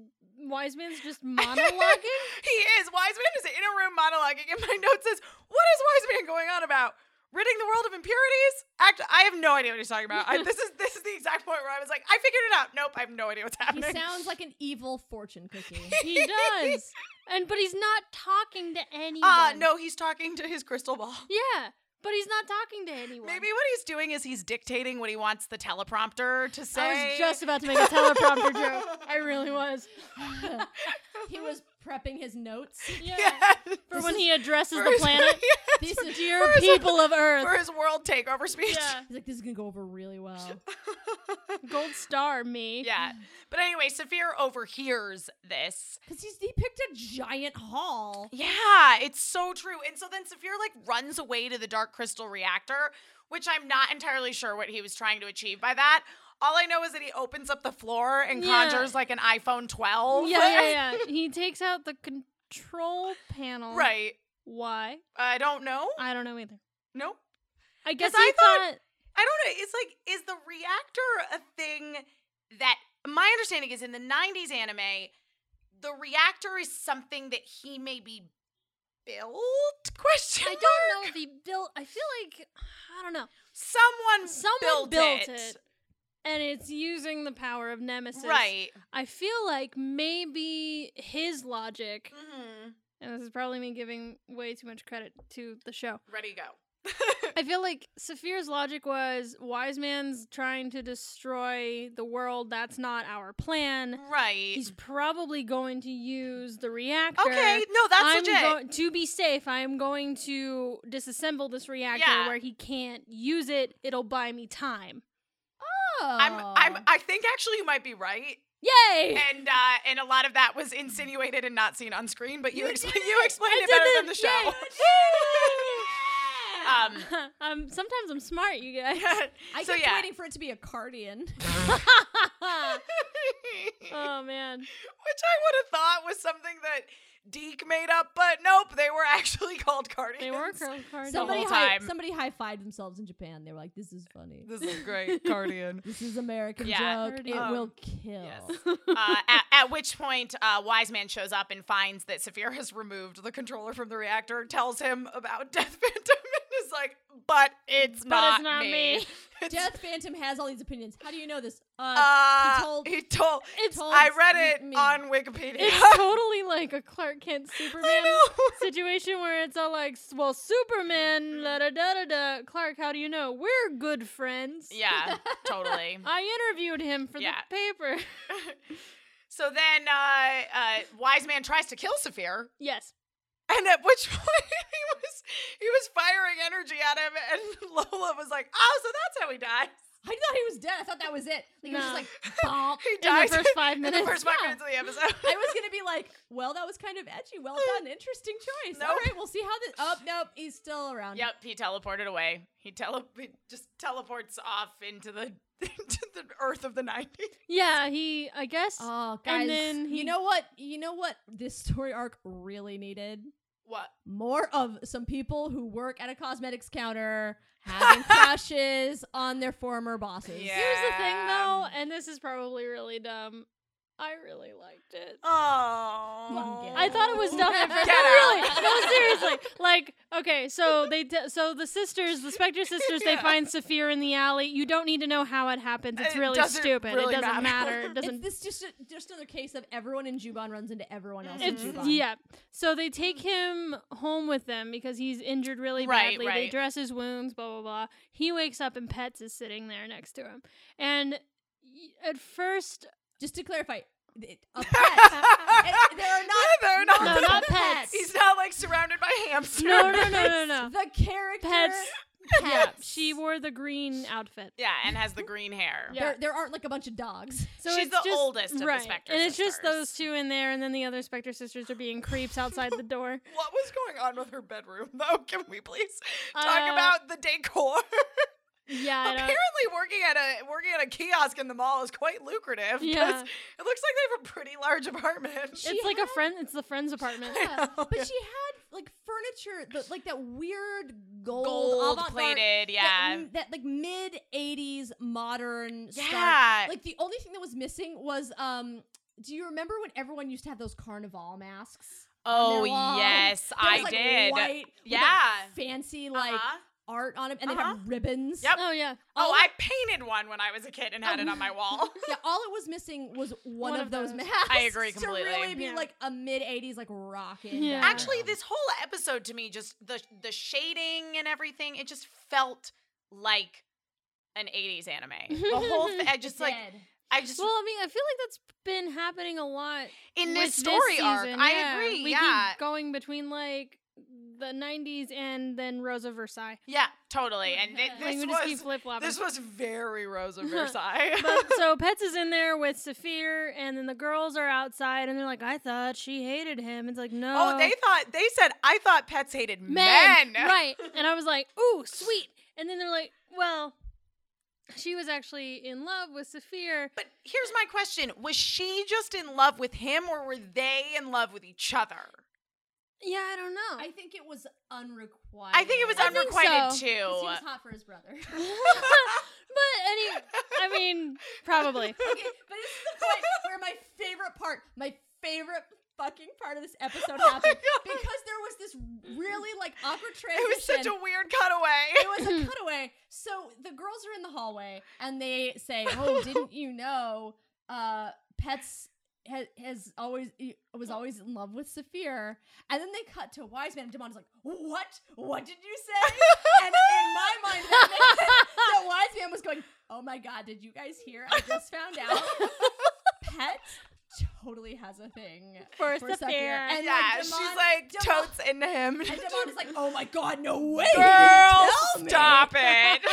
Speaker 5: wise man's just monologuing.
Speaker 3: he is. Wise Man is in a room monologuing, and my note says, What is Wise Man going on about? Ridding the world of impurities? Act I have no idea what he's talking about. I, this is this is the exact point where I was like, I figured it out. Nope, I have no idea what's
Speaker 4: He
Speaker 3: happening.
Speaker 4: sounds like an evil fortune cookie.
Speaker 5: he does, and but he's not talking to anyone.
Speaker 3: Ah, no, he's talking to his crystal ball.
Speaker 5: Yeah, but he's not talking to anyone.
Speaker 3: Maybe what he's doing is he's dictating what he wants the teleprompter to say.
Speaker 5: I was just about to make a teleprompter joke. I really was.
Speaker 4: he was prepping his notes.
Speaker 5: Yeah.
Speaker 3: Yeah.
Speaker 5: For when he addresses
Speaker 3: For
Speaker 5: the
Speaker 3: his-
Speaker 5: planet,
Speaker 4: This is, he's
Speaker 5: dear people of
Speaker 3: for
Speaker 5: Earth.
Speaker 3: his world takeover speech.
Speaker 5: Yeah.
Speaker 4: like, "This is going to go over really well."
Speaker 5: Gold star me.
Speaker 3: Yeah. But anyway, Saphir overhears this
Speaker 4: Because he's he picked a giant hall.
Speaker 3: Yeah, it's so true. And so then Saphir like runs away to the dark crystal reactor, which I'm not entirely sure what he was trying to achieve by that. All I know is that he opens up the floor and
Speaker 5: Yeah.
Speaker 3: conjures like an iPhone 12.
Speaker 5: Yeah, yeah, yeah. He takes out the control panel.
Speaker 3: right.
Speaker 5: Why?
Speaker 3: I don't know.
Speaker 5: I don't know either.
Speaker 3: Nope.
Speaker 5: I guess
Speaker 3: 'Cause I
Speaker 5: I
Speaker 3: thought-
Speaker 5: thought,
Speaker 3: I don't know. It's like, is the reactor a thing that my understanding is in the 90s anime, the reactor is something that he maybe built? Question.
Speaker 5: I
Speaker 3: mark?
Speaker 5: don't know if he built. I feel like I don't know.
Speaker 3: Someone,
Speaker 5: Someone
Speaker 3: built,
Speaker 5: built, it. and it's using the power of Nemesis.
Speaker 3: Right.
Speaker 5: I feel like maybe his logic
Speaker 3: Mm-hmm.
Speaker 5: and this is probably me giving way too much credit to the show.
Speaker 3: Ready, go.
Speaker 5: I feel like Saphir's logic was wise man's trying to destroy the world. That's not our plan.
Speaker 3: right.
Speaker 5: He's probably going to use the reactor.
Speaker 3: okay. No, that's
Speaker 5: I'm
Speaker 3: legit.
Speaker 5: go- to be safe, I am going to disassemble this reactor
Speaker 3: Yeah.
Speaker 5: where he can't use it. It'll buy me time.
Speaker 3: I'm, I'm,
Speaker 4: Oh.
Speaker 3: I think actually you might be right,
Speaker 5: Yay!
Speaker 3: and uh, and a lot of that was insinuated and not seen on screen. But you,
Speaker 5: You
Speaker 3: explain,
Speaker 5: did
Speaker 3: you
Speaker 5: it!
Speaker 3: explained
Speaker 5: I
Speaker 3: it
Speaker 5: did
Speaker 3: better than
Speaker 5: it!
Speaker 3: the show. um,
Speaker 5: um, sometimes I'm smart, you guys.
Speaker 4: I
Speaker 3: so
Speaker 4: kept
Speaker 3: yeah.
Speaker 4: waiting for it to be a cardian.
Speaker 3: which I
Speaker 5: oh man.
Speaker 3: would have thought was something that Deke made up, but nope, they were actually called Guardians.
Speaker 5: They were curl cards.
Speaker 4: somebody
Speaker 3: whole
Speaker 4: high,
Speaker 3: time.
Speaker 4: somebody high fived themselves in Japan. They were like, "This is funny.
Speaker 3: This is great, Guardian.
Speaker 4: This is American
Speaker 3: Yeah.
Speaker 4: joke.
Speaker 5: Already-
Speaker 4: It
Speaker 3: Um,
Speaker 4: will kill."
Speaker 3: yes. uh, at, at which point, uh, Wise Man shows up and finds that Saphir has removed the controller from the reactor, tells him about Death Phantom, and is like, but it's,
Speaker 5: But
Speaker 3: not,
Speaker 5: it's not me.
Speaker 3: It's-
Speaker 4: Death Phantom has all these opinions. How do you know this? Uh,
Speaker 3: uh, he told.
Speaker 4: told-
Speaker 5: It's
Speaker 4: told
Speaker 3: I read it
Speaker 4: me- me.
Speaker 3: on Wikipedia.
Speaker 5: It's totally like a Clark Kent
Speaker 3: I
Speaker 5: Superman
Speaker 3: know. Mm.
Speaker 5: situation where it's all like, well, Superman, da da da da da. Clark, how do you know? We're good friends.
Speaker 3: Yeah, totally.
Speaker 5: I interviewed him for
Speaker 3: Yeah.
Speaker 5: the paper.
Speaker 3: So then, uh, uh, Wise Man tries to kill Saphir,
Speaker 5: yes.
Speaker 3: And at which point he was he was firing energy at him, and Lola was like, "Oh, so that's how he dies."
Speaker 4: I thought he was dead. I thought that was it. Like it was just
Speaker 5: No.
Speaker 4: like bump.
Speaker 3: He
Speaker 5: In the
Speaker 3: dies
Speaker 5: first five
Speaker 3: in
Speaker 5: minutes.
Speaker 3: the first five
Speaker 4: yeah.
Speaker 3: minutes of the episode.
Speaker 4: I was gonna be like, well, that was kind of edgy. Well done, interesting choice. All
Speaker 3: Nope.
Speaker 4: right, we'll see how this. Oh nope, he's still around.
Speaker 3: yep, he teleported away. He tele he just teleports off into the into the earth of the nineties.
Speaker 5: yeah, he, I guess.
Speaker 4: Oh, guys.
Speaker 5: And then he-
Speaker 4: you know what? You know what? This story arc really needed
Speaker 3: What?
Speaker 4: more of some people who work at a cosmetics counter having crashes on their former bosses.
Speaker 3: Yeah.
Speaker 5: here's the thing, though,
Speaker 3: Um,
Speaker 5: and this is probably really dumb. I really liked it.
Speaker 3: Oh,
Speaker 5: I thought it was dumb at first.
Speaker 3: Get
Speaker 5: No,
Speaker 3: out.
Speaker 5: really. No, seriously. Like, okay, so they de- so the sisters, the Spectre sisters, they
Speaker 3: Yeah.
Speaker 5: find Saphir in the alley. You don't need to know how it happens. It's
Speaker 3: It
Speaker 5: really
Speaker 3: doesn't
Speaker 5: stupid.
Speaker 3: really
Speaker 5: it
Speaker 3: matter.
Speaker 5: doesn't matter. It
Speaker 4: It's
Speaker 5: doesn't.
Speaker 4: this just just another case of everyone in Juban runs into everyone else
Speaker 5: It's
Speaker 4: in Juban.
Speaker 5: yeah. So they take him home with them because he's injured really
Speaker 3: Right,
Speaker 5: badly. They
Speaker 3: right.
Speaker 5: dress his wounds, blah blah blah. He wakes up and Pets is sitting there next to him. And y- at first,
Speaker 4: Just to clarify, it, a pet. It- there are not-
Speaker 3: They're not.
Speaker 5: no, not pets.
Speaker 3: He's not like surrounded by hamsters.
Speaker 5: no, no, no, no,
Speaker 3: Uh,
Speaker 5: no.
Speaker 4: the character
Speaker 5: Pets. Yeah,
Speaker 4: pets.
Speaker 5: she wore the green outfit.
Speaker 3: Yeah, and has the green hair.
Speaker 5: Yeah.
Speaker 4: There, there aren't like a bunch of dogs.
Speaker 5: So
Speaker 3: She's
Speaker 5: it's
Speaker 3: the
Speaker 5: just-
Speaker 3: oldest of the
Speaker 5: right.
Speaker 3: Spectre
Speaker 5: and it's just
Speaker 3: sisters.
Speaker 5: those two in there, and then the other Spectre sisters are being creeps outside the door.
Speaker 3: What was going on with her bedroom, though? Can we please talk
Speaker 5: Uh,
Speaker 3: about the decor?
Speaker 5: Yeah, I don't.
Speaker 3: Apparently, working at a working at a kiosk in the mall is quite lucrative. 'cause
Speaker 5: Yeah.
Speaker 3: it looks like they have a pretty large apartment.
Speaker 4: She
Speaker 5: it's like a
Speaker 4: had-
Speaker 5: friend. It's the friend's apartment.
Speaker 4: Yeah,
Speaker 3: know,
Speaker 4: but she had like furniture, the, like that weird gold,
Speaker 3: Gold
Speaker 4: avant-garde-
Speaker 3: plated,
Speaker 4: that,
Speaker 3: yeah,
Speaker 4: m- that, like mid '80s modern. stuff.
Speaker 3: yeah.
Speaker 4: Like the only thing that was missing was um. Do you remember when everyone used to have those carnival masks?
Speaker 3: oh
Speaker 4: their wall.
Speaker 3: yes,
Speaker 4: That was,
Speaker 3: I
Speaker 4: like,
Speaker 3: did.
Speaker 4: White, with that
Speaker 3: yeah.
Speaker 4: fancy like
Speaker 3: Uh-huh.
Speaker 4: art on it, and they
Speaker 3: Uh-huh.
Speaker 4: had ribbons.
Speaker 3: Yep.
Speaker 5: Oh yeah.
Speaker 3: Oh,
Speaker 4: all
Speaker 3: I painted one when I was a kid and had
Speaker 5: Oh.
Speaker 3: it on my wall.
Speaker 4: Yeah, all it was missing was one,
Speaker 5: One
Speaker 4: of,
Speaker 5: of
Speaker 4: those,
Speaker 5: those.
Speaker 4: masks.
Speaker 3: I agree
Speaker 4: To
Speaker 3: completely.
Speaker 4: really be
Speaker 5: Yeah.
Speaker 4: like a mid '80s like rocking.
Speaker 5: Yeah.
Speaker 4: band.
Speaker 3: Actually, this whole episode to me, just the the shading and everything, it just felt like an '80s anime. The whole thing, I just like,
Speaker 4: Dead.
Speaker 3: I just
Speaker 5: Well, I mean, I feel like that's been happening a lot
Speaker 3: in
Speaker 5: with
Speaker 3: this story arc.
Speaker 5: season,
Speaker 3: I
Speaker 5: yeah.
Speaker 3: agree.
Speaker 5: We
Speaker 3: yeah.
Speaker 5: keep going between like the '90s and then Rosa Versailles.
Speaker 3: Yeah, totally. And thi-
Speaker 5: Like
Speaker 3: this
Speaker 5: we just keep
Speaker 3: was
Speaker 5: flip flopping.
Speaker 3: this was very Rosa Versailles.
Speaker 5: But so Pets is in there with Saphir, and then the girls are outside, and they're like, "I thought she hated him." It's like, no.
Speaker 3: oh, they thought they said I thought pets hated
Speaker 5: men,
Speaker 3: men.
Speaker 5: right? And I was like, "Ooh, sweet!" And then they're like, "Well, she was actually in love with Saphir."
Speaker 3: But here's my question: Was she just in love with him, or were they in love with each other?
Speaker 5: Yeah, I don't know.
Speaker 4: I think it was unrequited.
Speaker 3: I think it was
Speaker 5: I think
Speaker 3: unrequited
Speaker 5: so.
Speaker 4: Because he was
Speaker 3: too.
Speaker 4: hot for his brother. okay,
Speaker 5: but any, I mean, probably.
Speaker 4: but this is the point where my favorite part, my favorite fucking part of this episode happened
Speaker 3: Oh God.
Speaker 4: because there was this really like awkward transition.
Speaker 3: It was such a weird cutaway.
Speaker 4: It was a cutaway. So the girls are in the hallway and they say, "Oh, didn't you know? Uh, pets has, has always he was always in love with Saphir, and then they cut to Wise Man. And Damon's like, "What? What did you say?" and in my mind, that, makes sense. that Wise Man was going, "Oh my god, did you guys hear? I just found out, pet." Totally has a thing
Speaker 5: For
Speaker 4: for Saphir.
Speaker 5: Saphir.
Speaker 4: And
Speaker 3: yeah,
Speaker 4: like,
Speaker 3: she's
Speaker 4: Damon-
Speaker 3: like
Speaker 4: Damon-
Speaker 3: totes into him.
Speaker 4: and Devon is like, oh my god, no way. you
Speaker 3: Girl,
Speaker 4: didn't tell me."
Speaker 3: stop it.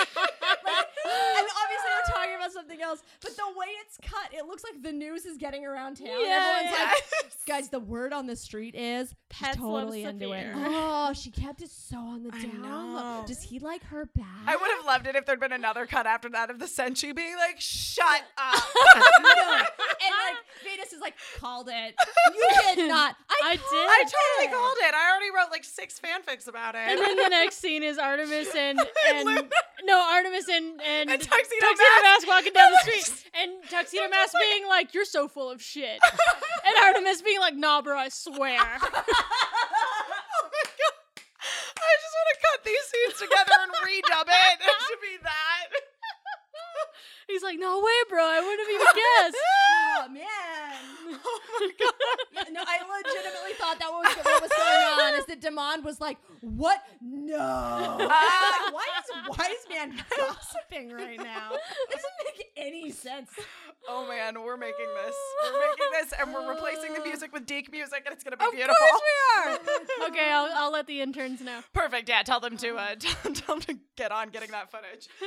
Speaker 4: Like, and obviously they're talking about something else, but the way it's cut, it looks like the news is getting around town.
Speaker 5: Yeah,
Speaker 4: Everyone's
Speaker 5: yeah.
Speaker 4: like, guys, the word on the street is she's
Speaker 5: Pets love
Speaker 4: totally into it.
Speaker 5: Saphir.
Speaker 4: Oh, she kept it so on the
Speaker 3: I
Speaker 4: down. low.
Speaker 3: know.
Speaker 4: Does he like her back?
Speaker 3: I would have loved it if there'd been another cut after that of the Senshi being like, shut up.
Speaker 4: And like Venus is like, called it. You did not. I,
Speaker 5: I
Speaker 4: called
Speaker 5: did.
Speaker 3: I
Speaker 4: it.
Speaker 3: totally called it. I already wrote like six fanfics about it.
Speaker 5: And then the next scene is Artemis and,
Speaker 3: And
Speaker 5: and no Artemis and and,
Speaker 3: And Tuxedo Mask.
Speaker 5: Mask walking down the
Speaker 3: That was
Speaker 5: street, and Tuxedo Mask being like, "You're so full of shit," and Artemis being like, "Nah, bro, I swear."
Speaker 3: oh my god. I just want to cut these scenes together and redub it. It should be that.
Speaker 5: He's like, "No way, bro, I wouldn't have even guessed."
Speaker 4: Oh man.
Speaker 3: Oh my god.
Speaker 4: Yeah, no, I legitimately thought that was what was going on. Is that Demond was like, "What? No!
Speaker 3: Ah.
Speaker 4: Like, why is Wise Man gossiping right now? Doesn't make any sense."
Speaker 3: Oh man, we're making this. We're making this and we're replacing the music with Deke music and it's going to be beautiful.
Speaker 5: Okay, I'll, I'll let the interns know.
Speaker 3: Perfect. Yeah, tell them to uh, tell,
Speaker 5: Um.
Speaker 3: tell them to get on getting that footage.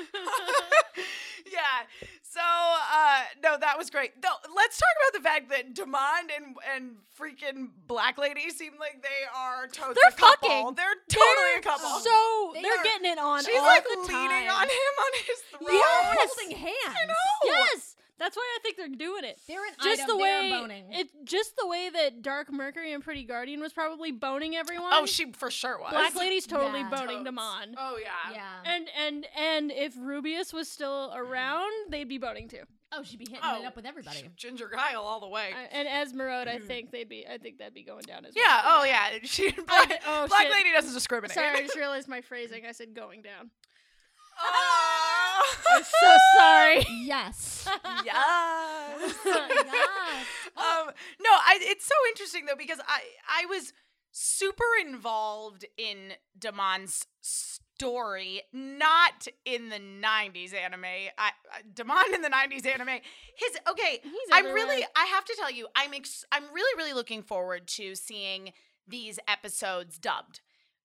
Speaker 3: yeah. So uh, no, that was great. Though, let's talk about the fact that Demond and and freaking Black Lady seem like they are totally
Speaker 5: They're
Speaker 3: a couple.
Speaker 5: fucking-
Speaker 3: They're totally a couple.
Speaker 5: So
Speaker 4: They
Speaker 5: they are
Speaker 4: are-
Speaker 5: getting it on.
Speaker 3: She's
Speaker 5: all
Speaker 3: like
Speaker 5: the
Speaker 3: leaning
Speaker 5: time.
Speaker 3: on him on his throne.
Speaker 4: They're
Speaker 5: Yes.
Speaker 4: holding hands.
Speaker 5: Yes, that's why I think they're doing it.
Speaker 4: They're an
Speaker 5: just the
Speaker 4: item.
Speaker 5: way
Speaker 4: They are boning.
Speaker 5: it just the way that Dark Mercury and Pretty Guardian was probably boning everyone.
Speaker 3: Oh, she for sure was.
Speaker 5: Black Lady's totally
Speaker 4: Yeah.
Speaker 3: Totes.
Speaker 5: boning Damon.
Speaker 3: Oh yeah.
Speaker 4: yeah.
Speaker 5: And and and if Rubius was still around, they'd be boning too.
Speaker 4: oh, she'd be hitting
Speaker 3: Oh,
Speaker 4: it up with everybody.
Speaker 3: Ginger Guile all the way.
Speaker 5: I- and Esmeralda, I think they'd be. I think that'd be going down as well.
Speaker 3: Hmm. yeah. Oh yeah. She Black,
Speaker 5: oh,
Speaker 3: Black
Speaker 5: shit.
Speaker 3: Lady doesn't discriminate.
Speaker 5: Sorry, I just realized my phrasing. I said going down.
Speaker 3: Oh.
Speaker 5: So sorry.
Speaker 4: yes.
Speaker 3: yes.
Speaker 4: yes.
Speaker 3: um, no, I, it's so interesting though because I I was super involved in Damon's story, not in the '90s anime. I, I Damon in the '90s anime. His okay,
Speaker 5: He's
Speaker 3: I'm
Speaker 5: everywhere.
Speaker 3: really I have to tell you I'm ex- I'm really really looking forward to seeing these episodes dubbed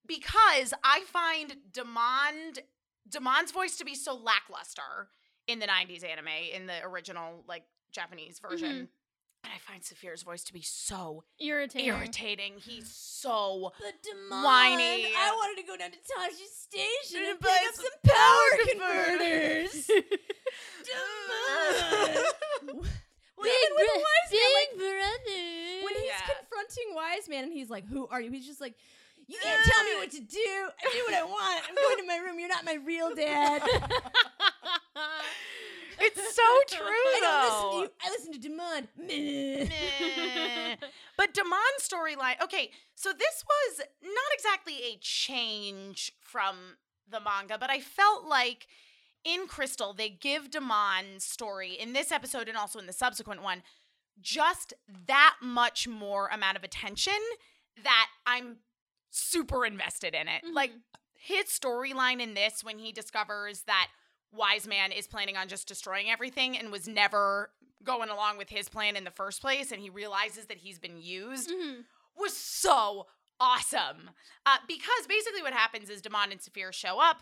Speaker 3: because I find Damon Damon's voice to be so lackluster in the 90s anime in the original like Japanese version.
Speaker 5: Mm-hmm.
Speaker 3: And I find Saphir's voice to be so
Speaker 5: irritating.
Speaker 3: irritating. He's so
Speaker 4: But Demond,
Speaker 3: Whiny.
Speaker 4: I wanted to go down to Tasha's station and
Speaker 3: And
Speaker 4: pick
Speaker 3: buy
Speaker 4: up
Speaker 3: some
Speaker 4: some power converters. Demond. Well, even with Wise Man, like, when he's
Speaker 3: Yeah.
Speaker 4: confronting Wise Man and he's like, "Who are you?" He's just like, "You can't tell me what to do. I do what I want. I'm going to my room. You're not my real dad.
Speaker 3: it's so true
Speaker 4: I don't listen to
Speaker 3: though.
Speaker 4: you. I listen to Demond." Meh.
Speaker 3: Meh. but Damon's storyline. Okay, so this was not exactly a change from the manga, but I felt like in Crystal they give Damon's story in this episode and also in the subsequent one just that much more amount of attention that I'm super invested in it. Like his storyline in this when he discovers that Wise Man is planning on just destroying everything and was never going along with his plan in the first place and he realizes that he's been used
Speaker 5: Mhm.
Speaker 3: was so awesome. Uh, because basically what happens is Demond and Saphir show up.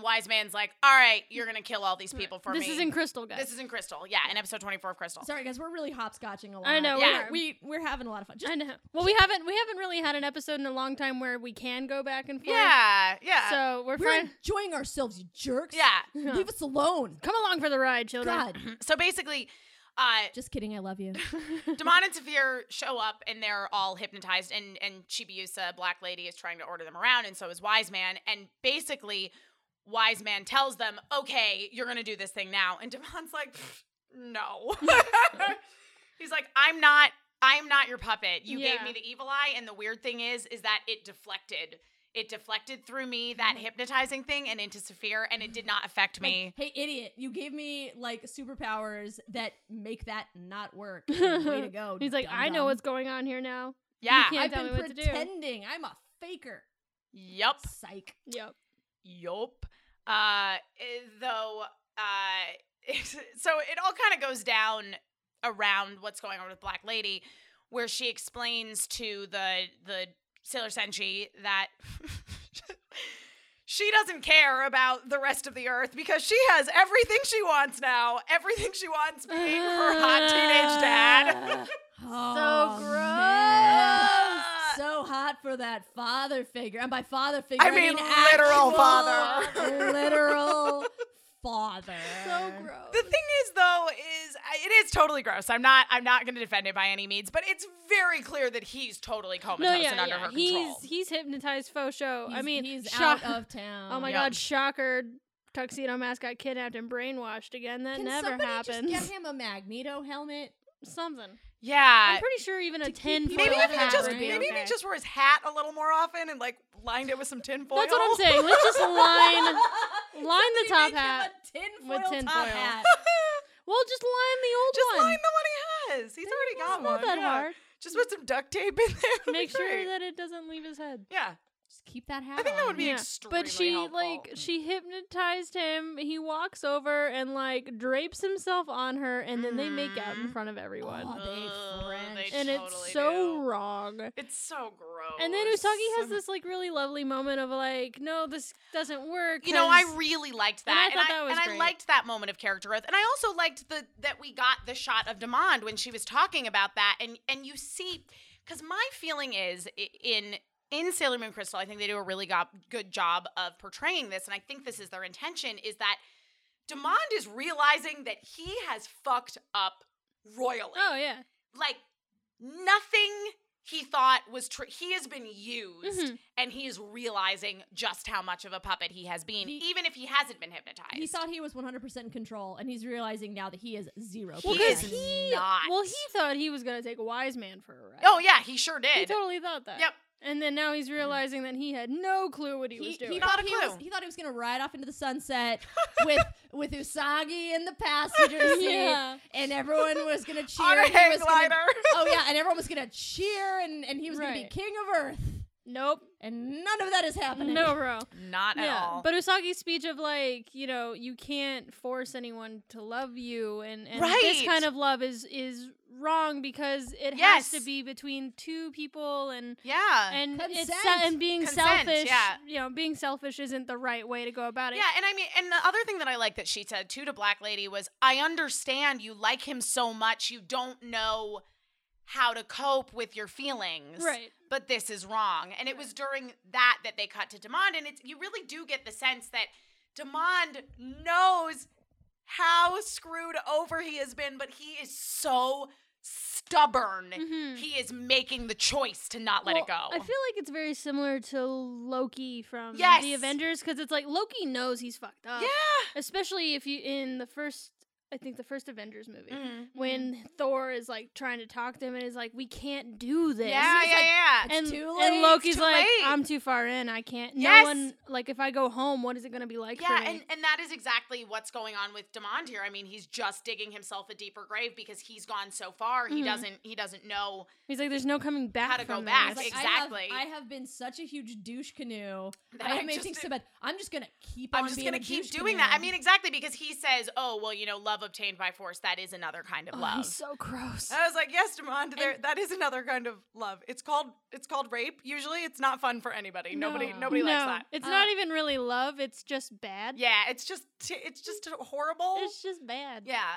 Speaker 3: Wise Man's like, all right, you're going to kill all these people for
Speaker 5: this
Speaker 3: me.
Speaker 5: is in Crystal, guys.
Speaker 3: This is in Crystal. Yeah, in episode 24 of Crystal.
Speaker 4: Sorry, guys, we're really hopscotching a lot.
Speaker 5: I know,
Speaker 3: we Yeah.
Speaker 5: are.
Speaker 4: we we're having a lot of fun. Just
Speaker 5: I know. Well, we haven't we haven't really had an episode in a long time where we can go back and forth.
Speaker 3: yeah, yeah.
Speaker 5: So we're,
Speaker 4: we're
Speaker 5: fine.
Speaker 4: enjoying ourselves, you jerks.
Speaker 3: yeah.
Speaker 4: leave us alone.
Speaker 5: Come along for the ride, children.
Speaker 4: God,
Speaker 3: So basically, uh,
Speaker 4: just kidding. I love you.
Speaker 3: Damon and Saphir show up and they're all hypnotized and and Chibiusa, Black Lady, is trying to order them around, and so is Wise Man. And basically, Wise Man tells them, Okay, you're gonna do this thing now. And Damon's like, "Pfft, No. He's like, I'm not I'm not your puppet. You
Speaker 5: Yeah.
Speaker 3: gave me the evil eye, and the weird thing is, is that it deflected. It deflected through me that
Speaker 5: Mm.
Speaker 3: hypnotizing thing and into Saphir, and it did not affect
Speaker 4: Like,
Speaker 3: me.
Speaker 4: hey, idiot! You gave me like superpowers that make that not work. Like, way to go!
Speaker 5: He's like, I know
Speaker 4: dum-dum."
Speaker 5: what's going on here now.
Speaker 3: Yeah.
Speaker 5: can't
Speaker 4: I've
Speaker 5: tell
Speaker 4: been
Speaker 5: me what to do."
Speaker 4: pretending. I'm a faker.
Speaker 3: Yup.
Speaker 4: Psych.
Speaker 5: Yep.
Speaker 3: Yup. Uh, eh, though, uh, so it all kind of goes down around what's going on with Black Lady, where she explains to the the Sailor Senshi that she doesn't care about the rest of the Earth because she has everything she wants now. Everything she wants being her hot teenage dad.
Speaker 4: Oh,
Speaker 5: gross.
Speaker 4: man. So hot for that father figure. And by father figure,
Speaker 3: I
Speaker 4: I
Speaker 3: mean
Speaker 4: mean,
Speaker 3: literal
Speaker 4: actual
Speaker 3: father.
Speaker 4: literal father.
Speaker 5: So gross.
Speaker 3: The thing is, though, is I- it is totally gross. I'm not. I'm not going to defend it by any means, but it's very clear that he's totally comatose
Speaker 5: no, yeah,
Speaker 3: and under
Speaker 5: yeah.
Speaker 3: her
Speaker 5: He's
Speaker 3: control.
Speaker 5: he's hypnotized faux show. I
Speaker 4: He's-
Speaker 5: mean,
Speaker 4: he's
Speaker 5: shock-
Speaker 4: out of town.
Speaker 5: Oh my
Speaker 3: Yeah.
Speaker 5: god, shocker! Tuxedo Mask got kidnapped and brainwashed again. That
Speaker 4: Can
Speaker 5: never
Speaker 4: somebody
Speaker 5: happens.
Speaker 4: Just get him a Magneto helmet.
Speaker 5: Something.
Speaker 3: yeah.
Speaker 5: I'm pretty sure even a
Speaker 4: to keep
Speaker 5: tin.
Speaker 4: you
Speaker 5: foil
Speaker 3: Maybe if he
Speaker 5: hat
Speaker 3: just
Speaker 5: would be
Speaker 3: maybe if
Speaker 5: okay.
Speaker 3: he just wore his hat a little more often and like lined it with some tin foil.
Speaker 5: That's what I'm saying. Let's just line. line the
Speaker 4: Somebody
Speaker 5: top
Speaker 4: make him
Speaker 5: hat
Speaker 4: a
Speaker 5: with
Speaker 4: tinfoil
Speaker 5: tin
Speaker 4: top
Speaker 5: foil.
Speaker 4: hat.
Speaker 5: Well, just line the old
Speaker 3: Just
Speaker 5: one.
Speaker 3: line the one he has. He's already got
Speaker 5: it's not
Speaker 3: one.
Speaker 5: that
Speaker 3: yeah.
Speaker 5: hard.
Speaker 3: Just put some duct tape in there. It'll
Speaker 5: Make
Speaker 3: be great.
Speaker 5: sure that it doesn't leave his head.
Speaker 3: Yeah,
Speaker 4: Just keep that hat.
Speaker 3: I think that
Speaker 4: on.
Speaker 3: would be
Speaker 5: Yeah.
Speaker 3: extremely
Speaker 5: But she
Speaker 3: helpful.
Speaker 5: like she hypnotized him. He walks over and like drapes himself on her, and then they make out in
Speaker 3: Mhm.
Speaker 5: front of everyone,
Speaker 4: Oh, they
Speaker 3: Ugh, they
Speaker 4: French.
Speaker 5: and
Speaker 3: totally
Speaker 5: it's so
Speaker 3: do.
Speaker 5: wrong.
Speaker 3: It's so gross.
Speaker 5: And then Usagi has
Speaker 3: Um,
Speaker 5: this like really lovely moment of like, no, this doesn't work.
Speaker 3: You know, I
Speaker 5: 'cause-
Speaker 3: really liked
Speaker 5: And I
Speaker 3: that, and I,
Speaker 5: thought that was
Speaker 3: and I
Speaker 5: great.
Speaker 3: liked that moment of character growth, and I also liked the that we got the shot of Demand when she was talking about that, and and you see, because my feeling is i- in in Sailor Moon Crystal, I think they do a really go- good job of portraying this, and I think this is their intention is that Demand is realizing that he has fucked up royally,
Speaker 5: oh yeah,
Speaker 3: like nothing he thought was true. He has been used
Speaker 5: Mhm.
Speaker 3: and he is realizing just how much of a puppet he has been,
Speaker 4: He-
Speaker 3: even if he hasn't been hypnotized.
Speaker 4: He thought he was 100% in control, and he's realizing now that he is zero.
Speaker 3: Well,
Speaker 5: Well,
Speaker 3: He is
Speaker 5: because
Speaker 4: percent.
Speaker 5: he,
Speaker 3: not.
Speaker 5: well, he thought he was gonna take a wise man for a ride.
Speaker 3: oh yeah, he sure
Speaker 5: he
Speaker 3: did.
Speaker 5: totally thought that.
Speaker 3: Yep.
Speaker 5: And then now he's realizing that he had no clue what he, was doing.
Speaker 3: Not
Speaker 4: thought
Speaker 3: a
Speaker 4: he
Speaker 3: clue.
Speaker 4: was he thought he was gonna ride off into the sunset with with Usagi in the passenger seat,
Speaker 5: Yeah.
Speaker 4: and everyone was gonna cheer.
Speaker 3: On a
Speaker 4: and he
Speaker 3: hang
Speaker 4: was
Speaker 3: glider.
Speaker 4: gonna, oh yeah, and everyone was gonna cheer, and and he was gonna
Speaker 5: Right.
Speaker 4: be king of Earth,
Speaker 5: nope.
Speaker 4: and none of that is happening.
Speaker 5: No, bro.
Speaker 3: Not at all.
Speaker 5: But Usagi's speech of like, you know, you can't force anyone to love you and, and this
Speaker 3: Right.
Speaker 5: kind of love is is wrong because it
Speaker 3: Yes.
Speaker 5: has to be between two people and
Speaker 3: yeah.
Speaker 5: and it's
Speaker 4: Consent.
Speaker 5: and being
Speaker 3: Consent,
Speaker 5: selfish,
Speaker 3: yeah.
Speaker 5: you know, being selfish isn't the right way to go about it.
Speaker 3: yeah, and I mean, and the other thing that I like that she said too to Black Lady was, I understand you like him so much, you don't know how to cope with your feelings.
Speaker 5: Right.
Speaker 3: but this is wrong. And it was during that that they cut to Demand, and it's you really do get the sense that Demand knows how screwed over he has been, but he is so stubborn.
Speaker 5: Mhm.
Speaker 3: He is making the choice to not let it
Speaker 5: Well,
Speaker 3: go.
Speaker 5: I feel like it's very similar to Loki from
Speaker 3: Yes.
Speaker 5: the Avengers because it's like Loki knows he's fucked up.
Speaker 3: yeah.
Speaker 5: Especially if you in the first I think the first Avengers movie.
Speaker 3: Mm.
Speaker 5: When Thor is like trying to talk to him and is like, We can't do this.
Speaker 3: Yeah,
Speaker 4: He's
Speaker 3: yeah,
Speaker 4: like-
Speaker 3: yeah.
Speaker 4: It's
Speaker 5: and,
Speaker 4: too
Speaker 5: and
Speaker 4: late, it's
Speaker 5: Loki's
Speaker 3: too
Speaker 5: like,
Speaker 3: late.
Speaker 5: I'm too far in. I can't.
Speaker 3: Yes.
Speaker 5: No one like if I go home, what is it gonna be like?
Speaker 3: yeah,
Speaker 5: for me?
Speaker 3: and, and that is exactly what's going on with Demond here. I mean, he's just digging himself a deeper grave because he's gone so far. He
Speaker 5: Mhm.
Speaker 3: doesn't he doesn't know
Speaker 5: he's like, there's no coming back.
Speaker 3: How to
Speaker 5: from
Speaker 3: go back,
Speaker 5: this."
Speaker 4: He's like,
Speaker 3: Exactly.
Speaker 4: I have, I have been such a huge douche canoe.
Speaker 3: that
Speaker 4: I
Speaker 3: I
Speaker 4: have made
Speaker 3: just
Speaker 4: things
Speaker 3: am-
Speaker 4: so bad. I'm just gonna keep.
Speaker 3: I'm
Speaker 4: on
Speaker 3: just
Speaker 4: being
Speaker 3: gonna
Speaker 4: a
Speaker 3: keep
Speaker 4: douche
Speaker 3: doing that. I
Speaker 4: canoe.
Speaker 3: mean, exactly because he says, "Oh, well, you know, love obtained by force. That is another kind of
Speaker 5: Oh,
Speaker 3: love."
Speaker 5: he's so gross.
Speaker 3: I was like, "Yes, Demond, there, that is another kind of love. It's called it's called rape. Usually, it's not fun for anybody. Nobody
Speaker 4: No.
Speaker 3: nobody likes
Speaker 5: No,
Speaker 3: that.
Speaker 5: It's
Speaker 4: Uh,
Speaker 5: not even really love. It's just bad.
Speaker 3: Yeah, it's just t- it's just horrible.
Speaker 5: It's just bad.
Speaker 3: yeah,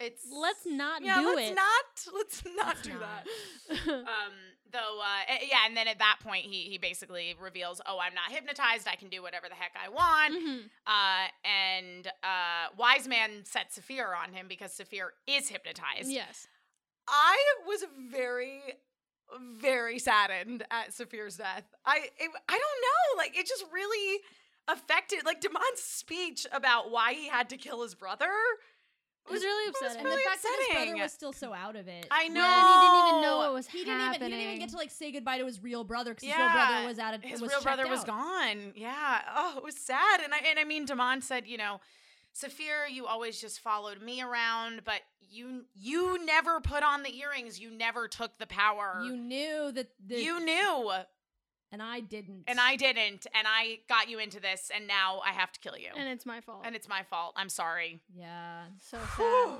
Speaker 3: it's
Speaker 5: Let's not
Speaker 3: yeah,
Speaker 5: do
Speaker 3: let's
Speaker 5: it.
Speaker 3: not let's not do
Speaker 4: not.
Speaker 3: that. Um, though, uh, eh, yeah, and then at that point, he he basically reveals, "Oh, I'm not hypnotized. I can do whatever the heck I
Speaker 4: Mm-hmm.
Speaker 3: want."
Speaker 5: Mhm.
Speaker 3: Uh, and uh, wise man set Saphir on him because Saphir is hypnotized.
Speaker 5: Yes.
Speaker 3: I was very, very saddened at Saphir's death. I it, I don't know. Like it just really affected. Like Damon's speech about why he had to kill his brother
Speaker 5: It was
Speaker 3: It
Speaker 5: really
Speaker 3: was
Speaker 5: upsetting.
Speaker 4: and the
Speaker 3: really
Speaker 4: fact that his
Speaker 3: upsetting.
Speaker 4: brother was still so out of it.
Speaker 3: I
Speaker 5: Yeah,
Speaker 3: know.
Speaker 5: and he didn't even know what was
Speaker 4: he didn't
Speaker 5: happening.
Speaker 4: even he didn't even get to like say goodbye to his real brother because his real
Speaker 3: Yeah,
Speaker 4: brother was out of
Speaker 3: his
Speaker 4: was
Speaker 3: real
Speaker 4: checked
Speaker 3: brother was
Speaker 4: out.
Speaker 3: gone. Yeah. Oh, it was sad. And I and I mean, Damon said, you know, Saphir, you always just followed me around, but you you never put on the earrings. You never took the power.
Speaker 4: You knew that the,
Speaker 3: You knew,
Speaker 4: and I didn't.
Speaker 3: and I didn't, and I got you into this, and now I have to kill you,
Speaker 5: and it's my fault.
Speaker 3: and it's my fault. I'm sorry.
Speaker 4: yeah.
Speaker 5: so sad.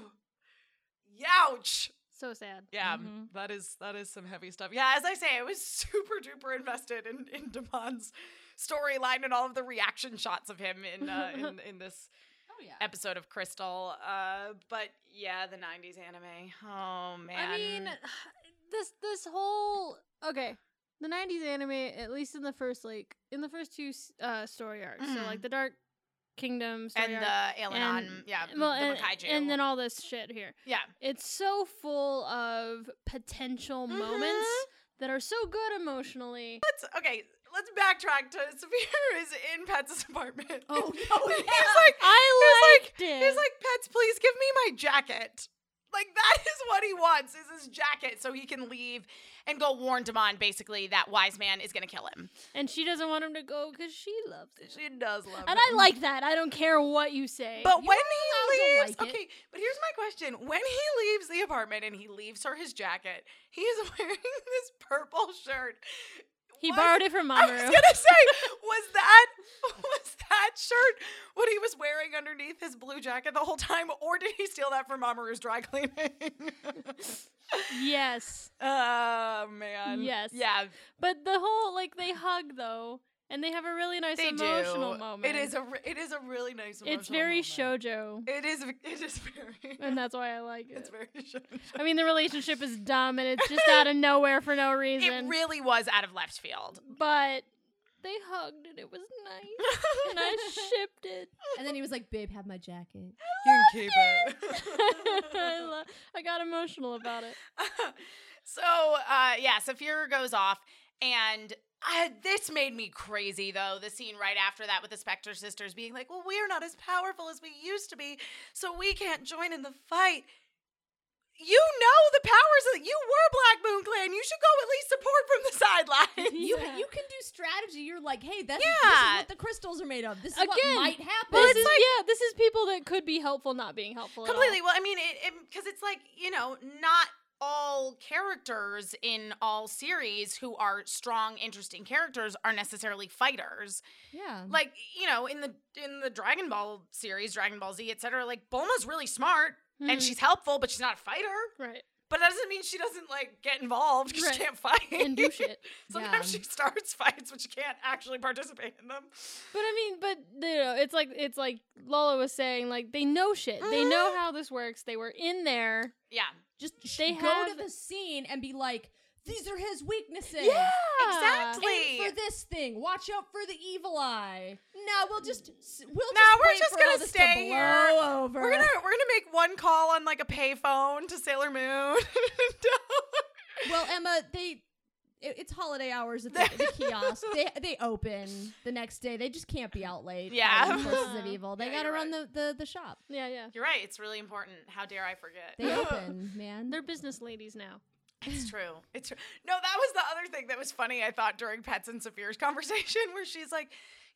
Speaker 3: Youch.
Speaker 5: So sad.
Speaker 3: Yeah,
Speaker 4: Mhm.
Speaker 3: that is that is some heavy stuff. Yeah, as I say, I was super duper invested in in Damon's storyline and all of the reaction shots of him in uh, in, in this
Speaker 4: Oh yeah.
Speaker 3: episode of Crystal. Uh, but yeah, the '90s anime. Oh man.
Speaker 5: I mean, this this whole okay, the '90s anime, at least in the first like in the first two s- uh, story arcs, so
Speaker 3: Mhm.
Speaker 5: like the Dark Kingdom story
Speaker 3: and
Speaker 5: arc,
Speaker 3: the Alanon, yeah,
Speaker 5: well,
Speaker 3: the
Speaker 5: and,
Speaker 3: Kaiju,
Speaker 5: and then all this shit here.
Speaker 3: yeah,
Speaker 5: It's so full of potential moments that are so good emotionally.
Speaker 3: let's okay. Let's backtrack to Severe is in Pets' apartment.
Speaker 4: Oh,
Speaker 3: he's
Speaker 4: oh, yeah.
Speaker 3: like,
Speaker 5: I
Speaker 3: he's like,
Speaker 5: liked it.
Speaker 3: He's like, pets, please give me my jacket. Like that is what he wants is his jacket so he can leave and go warn Damon basically that wise man is gonna kill him.
Speaker 5: and she doesn't want him to go because she loves him.
Speaker 3: She does love
Speaker 5: And I like that. I don't care what you say.
Speaker 3: But
Speaker 4: You
Speaker 3: when
Speaker 4: allowed
Speaker 3: he
Speaker 4: to
Speaker 3: leaves,
Speaker 4: like it.
Speaker 3: okay, but here's my question. When he leaves the apartment and he leaves her his jacket, he is wearing this purple shirt.
Speaker 5: he
Speaker 3: Was-
Speaker 5: borrowed it from
Speaker 3: I was
Speaker 5: Mamoru.
Speaker 3: gonna say, was that was that shirt what he was wearing underneath his blue jacket the whole time, or did he steal that from Mamoru's dry cleaning?
Speaker 5: yes.
Speaker 3: Oh man.
Speaker 5: Yes.
Speaker 3: Yeah.
Speaker 5: But the whole like they hug though, and they have a really nice
Speaker 3: They
Speaker 5: emotional
Speaker 3: do.
Speaker 5: moment.
Speaker 3: It is a re- it is a really nice. Emotional
Speaker 5: It's very
Speaker 3: moment.
Speaker 5: shojo,
Speaker 3: It is it is very.
Speaker 5: and that's why I like it.
Speaker 3: it's very shoujo.
Speaker 5: I mean, the relationship is dumb, and it's just out of nowhere for no
Speaker 3: It
Speaker 5: reason.
Speaker 3: really was out of left field.
Speaker 5: but they hugged, and it was nice, and I shipped it.
Speaker 4: And then he was like, "Babe, have my jacket."
Speaker 3: You can keep it.
Speaker 5: I, lo- I got emotional about it.
Speaker 3: so uh, yeah, Saphira goes off, and uh, this made me crazy though. The scene right after that with the Spectre sisters being like, "Well, we are not as powerful as we used to be, so we can't join in the fight." You know the powers that you were Black Moon Clan. You should go at least support from the sidelines.
Speaker 4: You
Speaker 5: Yeah.
Speaker 4: you can do strategy. You're like, "Hey, that's this is
Speaker 3: Yeah.
Speaker 4: what the crystals are made of. This is
Speaker 5: Again,
Speaker 4: what might happen."
Speaker 5: This is yeah, this is people that could be helpful not being helpful. at all.
Speaker 3: Completely. Well, I mean, it because it's like you know, not all characters in all series who are strong, interesting characters are necessarily fighters.
Speaker 4: yeah.
Speaker 3: like you know in the in the dragon ball series dragon ball z etc like bulma's really smart and
Speaker 5: Mhm.
Speaker 3: she's helpful but she's not a fighter
Speaker 5: right
Speaker 3: but that doesn't mean she doesn't like get involved because
Speaker 5: Right.
Speaker 3: she can't fight
Speaker 5: and do shit.
Speaker 3: sometimes
Speaker 4: Yeah.
Speaker 3: she starts fights but she can't actually participate in them
Speaker 5: But I mean, but you know, it's like it's like Lola was saying, like they know shit. They know how this works. They were in there.
Speaker 3: yeah
Speaker 4: Just sh-
Speaker 5: They
Speaker 4: go
Speaker 5: have-
Speaker 4: to the scene and be like, "These are his weaknesses."
Speaker 5: Uh,
Speaker 3: exactly
Speaker 4: Aim for this thing. Watch out for the evil eye. No, we'll just s- we'll
Speaker 3: No,
Speaker 4: just
Speaker 3: we're
Speaker 4: wait
Speaker 3: just
Speaker 4: for
Speaker 3: gonna
Speaker 4: all this to
Speaker 3: stay here.
Speaker 4: blow over.
Speaker 3: we're gonna we're gonna make one call on like a payphone to sailor moon
Speaker 4: Well, Emma, they it, it's holiday hours at the, the kiosk. They they open the next day. They just can't be out late.
Speaker 3: Yeah.
Speaker 4: fighting forces of evil. They
Speaker 3: Yeah,
Speaker 4: gotta
Speaker 3: you're
Speaker 4: run the, the the shop.
Speaker 5: Yeah, yeah.
Speaker 3: you're right it's really important how dare i forget
Speaker 4: They open, man.
Speaker 5: They're business ladies now.
Speaker 3: It's true. It's true. No, that was the other thing that was funny. I thought during Pets and Saphir's conversation, where she's like,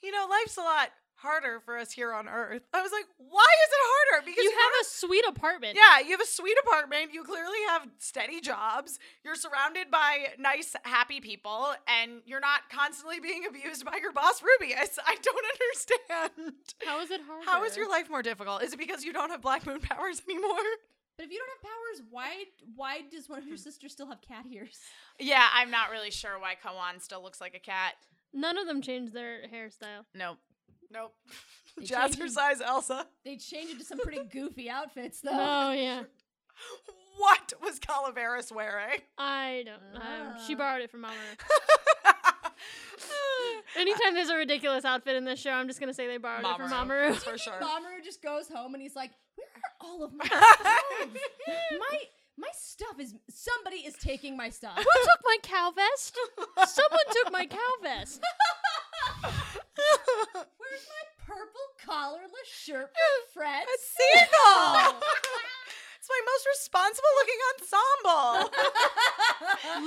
Speaker 3: "You know, life's a lot harder for us here on Earth." I was like, "Why is it harder?" Because
Speaker 5: You
Speaker 3: you,
Speaker 5: have a sweet apartment.
Speaker 3: yeah, you have a sweet apartment. You clearly have steady jobs. You're surrounded by nice, happy people, and you're not constantly being abused by your boss Rubius. I don't understand.
Speaker 5: How is it hard?
Speaker 3: How is your life more difficult? Is it because you don't have Black Moon powers anymore?
Speaker 4: but if you don't have powers, why why does one of your sisters still have cat ears?
Speaker 3: Yeah, I'm not really sure why Kawan still looks like a cat.
Speaker 5: None of them changed their hairstyle.
Speaker 3: Nope. Nope.
Speaker 4: They
Speaker 3: Jazzercise Elsa.
Speaker 4: They change into some pretty goofy outfits though.
Speaker 5: Oh yeah,
Speaker 3: What was Calaveras wearing?
Speaker 5: I don't know. She
Speaker 4: Ah.
Speaker 5: borrowed it from Mama. Anytime there's a ridiculous outfit in this show, I'm just gonna say they borrowed it from
Speaker 3: Mamoru,
Speaker 5: Mamaru.
Speaker 3: For sure.
Speaker 4: Mamoru just goes home and he's like, "Where are all of my clothes? my my stuff is somebody is taking my stuff."
Speaker 5: Who took my cow vest? Someone took my cow vest.
Speaker 4: Where's my purple collarless shirt from Fred?
Speaker 3: Seagull! It's my most responsible looking ensemble.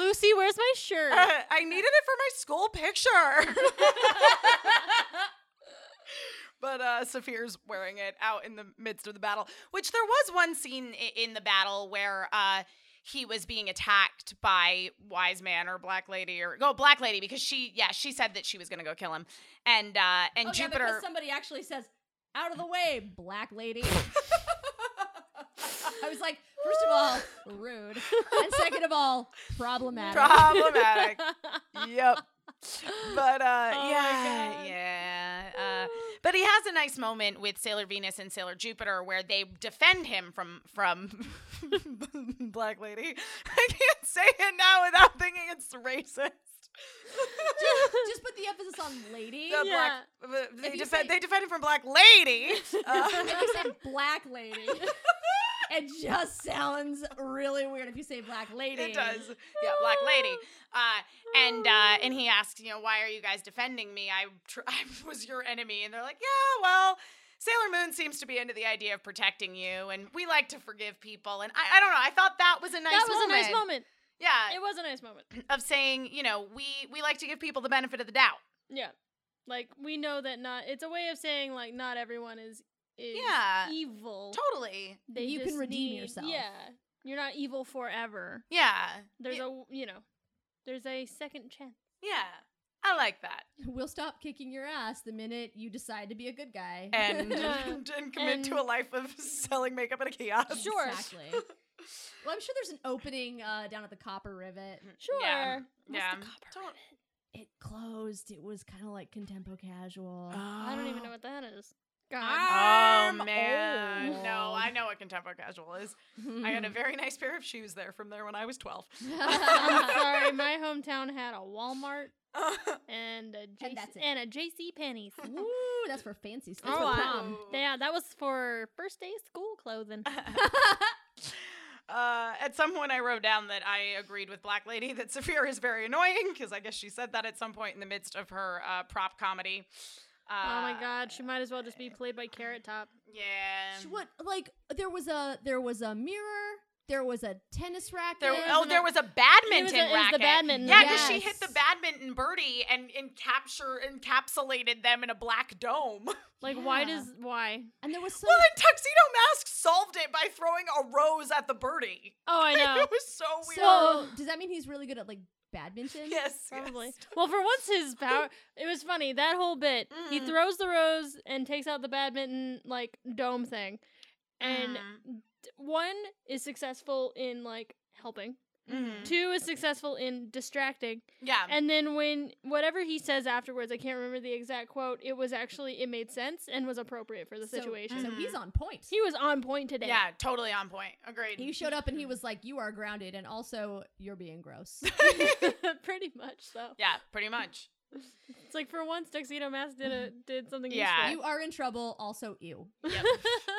Speaker 5: Lucy, where's my shirt?
Speaker 3: Uh, I needed it for my school picture. but uh, Saphir's wearing it out in the midst of the battle, which there was one scene i- in the battle where uh, he was being attacked by Wise Man or Black Lady or go Black Lady because she yeah she said that she was gonna go kill him and uh, and
Speaker 4: oh,
Speaker 3: Jupiter.
Speaker 4: yeah, because somebody actually says, "Out of the way, black lady." I was like, first of all, rude, and second of all, problematic.
Speaker 3: problematic. yep. But uh,
Speaker 5: Oh my
Speaker 3: yeah,
Speaker 5: God.
Speaker 3: yeah. Uh, but he has a nice moment with Sailor Venus and Sailor Jupiter where they defend him from from Black Lady. I can't say it now without thinking it's racist.
Speaker 4: just, just put the emphasis on lady.
Speaker 3: The
Speaker 5: Yeah.
Speaker 3: Uh, black, they
Speaker 4: If you
Speaker 3: defend
Speaker 4: say-
Speaker 3: they defend him from Black Lady. Uh,
Speaker 4: if you say black lady, it just sounds really weird if you say black lady.
Speaker 3: It does. Yeah, Black Lady. Uh, and uh, and he asks, you know, why are you guys defending me? I tr- I was your enemy, and they're like, yeah, well. Sailor Moon seems to be into the idea of protecting you, and we like to forgive people. And I, I don't know. I thought that was a nice
Speaker 5: that was
Speaker 3: moment.
Speaker 5: a nice moment.
Speaker 3: Yeah,
Speaker 5: It was a nice moment.
Speaker 3: of saying, you know, we we like to give people the benefit of the doubt.
Speaker 5: Yeah. Like we know that not it's a way of saying like not everyone is is
Speaker 3: Yeah.
Speaker 5: evil.
Speaker 3: Totally.
Speaker 5: They
Speaker 4: You can
Speaker 5: just
Speaker 4: redeem
Speaker 5: need-
Speaker 4: yourself.
Speaker 5: Yeah. You're not evil forever.
Speaker 3: Yeah.
Speaker 5: There's
Speaker 3: yeah.
Speaker 5: a you know, there's a second chance.
Speaker 3: yeah. I like that.
Speaker 4: We'll stop kicking your ass the minute you decide to be a good guy.
Speaker 3: And
Speaker 5: Yeah.
Speaker 3: and commit to a
Speaker 5: And-
Speaker 3: life of selling makeup at a kiosk.
Speaker 5: Sure.
Speaker 4: Exactly. Well, I'm sure there's an opening uh, down at the Copper Rivet.
Speaker 5: Sure.
Speaker 3: Yeah. Yeah. Don't-
Speaker 4: It closed. It was kind of like contempo casual.
Speaker 3: Uh,
Speaker 5: I don't even know what that is. God.
Speaker 3: Oh
Speaker 4: I'm
Speaker 3: man, Hmm.
Speaker 4: old.
Speaker 3: no, I know what contempo casual is. I got a very nice pair of shoes there from there when I was twelve.
Speaker 5: I'm sorry, my hometown had a Walmart and a JC
Speaker 4: that's it.
Speaker 5: and a JC Penney's.
Speaker 4: Woo, that's for fancy stuff.
Speaker 5: Oh,
Speaker 4: That's for
Speaker 5: I-
Speaker 4: prom.
Speaker 5: Yeah, that was for first day of school clothing. Oh
Speaker 3: uh, at some point, I wrote down that I agreed with Black Lady that Saphir is very annoying because I guess she said that at some point in the midst of her uh, prop comedy. Uh,
Speaker 5: oh my god, she might as well just be played by Carrot Top.
Speaker 3: Yeah.
Speaker 4: She- What like there was a there was a mirror, there was a tennis racket.
Speaker 3: There,
Speaker 5: Yeah,
Speaker 3: oh,
Speaker 5: isn't
Speaker 3: there
Speaker 5: it-
Speaker 3: was a
Speaker 5: It
Speaker 3: badminton
Speaker 5: was, a- it was the
Speaker 3: racket.
Speaker 5: badminton.
Speaker 3: Yeah, because she hit
Speaker 4: Yes.
Speaker 3: the badminton birdie and, and capture encapsulated them in a black dome.
Speaker 5: Like, why
Speaker 4: Yeah.
Speaker 5: does why?
Speaker 4: and there was some
Speaker 3: Well, and Tuxedo Mask solved it by throwing a rose at the birdie.
Speaker 5: Oh, I know.
Speaker 3: It was so weird.
Speaker 4: So does that mean he's really good at like badminton?
Speaker 3: yes, Mm-hmm.
Speaker 5: Probably.
Speaker 3: yes.
Speaker 5: Well, for once, his power. It was funny that whole bit. He
Speaker 3: Mm.
Speaker 5: throws the rose and takes out the badminton like dome thing, and
Speaker 3: Mm.
Speaker 5: d- one is successful in like helping.
Speaker 3: Mm.
Speaker 5: Two is successful in distracting,
Speaker 3: Mm-hmm. Yeah.
Speaker 5: and then when whatever he says afterwards, I can't remember the exact quote. It was actually it made sense and was appropriate for the
Speaker 4: So-
Speaker 5: situation.
Speaker 4: So,
Speaker 3: Mhm.
Speaker 4: he's on point.
Speaker 5: He was on point today.
Speaker 3: Yeah, totally on point. Agreed.
Speaker 4: he showed up and he was like, "You are grounded, and also you're being gross."
Speaker 5: pretty much. So
Speaker 3: yeah, pretty much.
Speaker 5: it's like for once, Tuxedo Mask did a did something.
Speaker 3: Mm. Yeah.
Speaker 5: useful.
Speaker 4: you are in trouble. Also, you.
Speaker 3: Yep.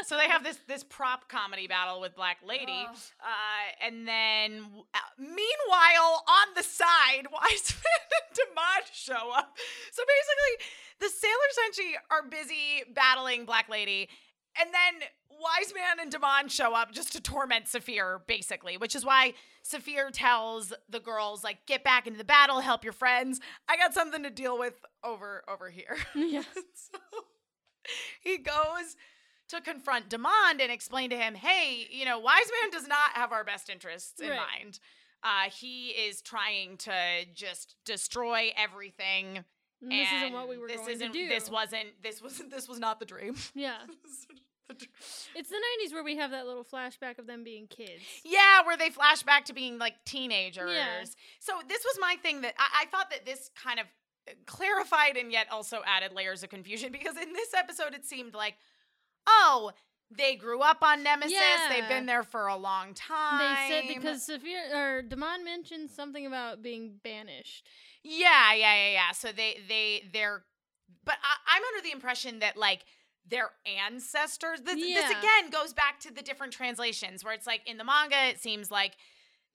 Speaker 3: so they have this this prop comedy battle with Black Lady,
Speaker 4: Ugh.
Speaker 3: uh, and then uh, meanwhile on the side, Wiseman and Demod show up. So basically, the Sailor Senshi are busy battling Black Lady, and then Wiseman and Demon show up just to torment Saphir, basically, which is why Saphir tells the girls like, "Get back into the battle, help your friends. I got something to deal with over over here."
Speaker 5: Yes.
Speaker 3: so he goes to confront Demond and explain to him, hey, you know, Wise Man does not have our best interests in
Speaker 5: Right.
Speaker 3: mind. Uh, he is trying to just destroy everything.
Speaker 5: And this isn't
Speaker 3: and
Speaker 5: what we were
Speaker 3: this
Speaker 5: going
Speaker 3: isn't,
Speaker 5: to do.
Speaker 3: This wasn't. This wasn't. This was not the dream.
Speaker 5: Yeah. It's the 90s where we have that little flashback of them being kids.
Speaker 3: Yeah, where they flash back to being like teenagers.
Speaker 5: Yeah.
Speaker 3: So this was my thing that I, I thought that this kind of uh, clarified and yet also added layers of confusion because in this episode it seemed like, oh, they grew up on Nemesis. They've
Speaker 5: Yeah.
Speaker 3: been there for a long time.
Speaker 5: They said because Sophia or Damon mentioned something about being banished.
Speaker 3: Yeah, yeah, yeah, yeah. So they they they're but I, I'm under the impression that like their ancestors this, this
Speaker 5: Yeah.
Speaker 3: again goes back to the different translations where it's like in the manga it seems like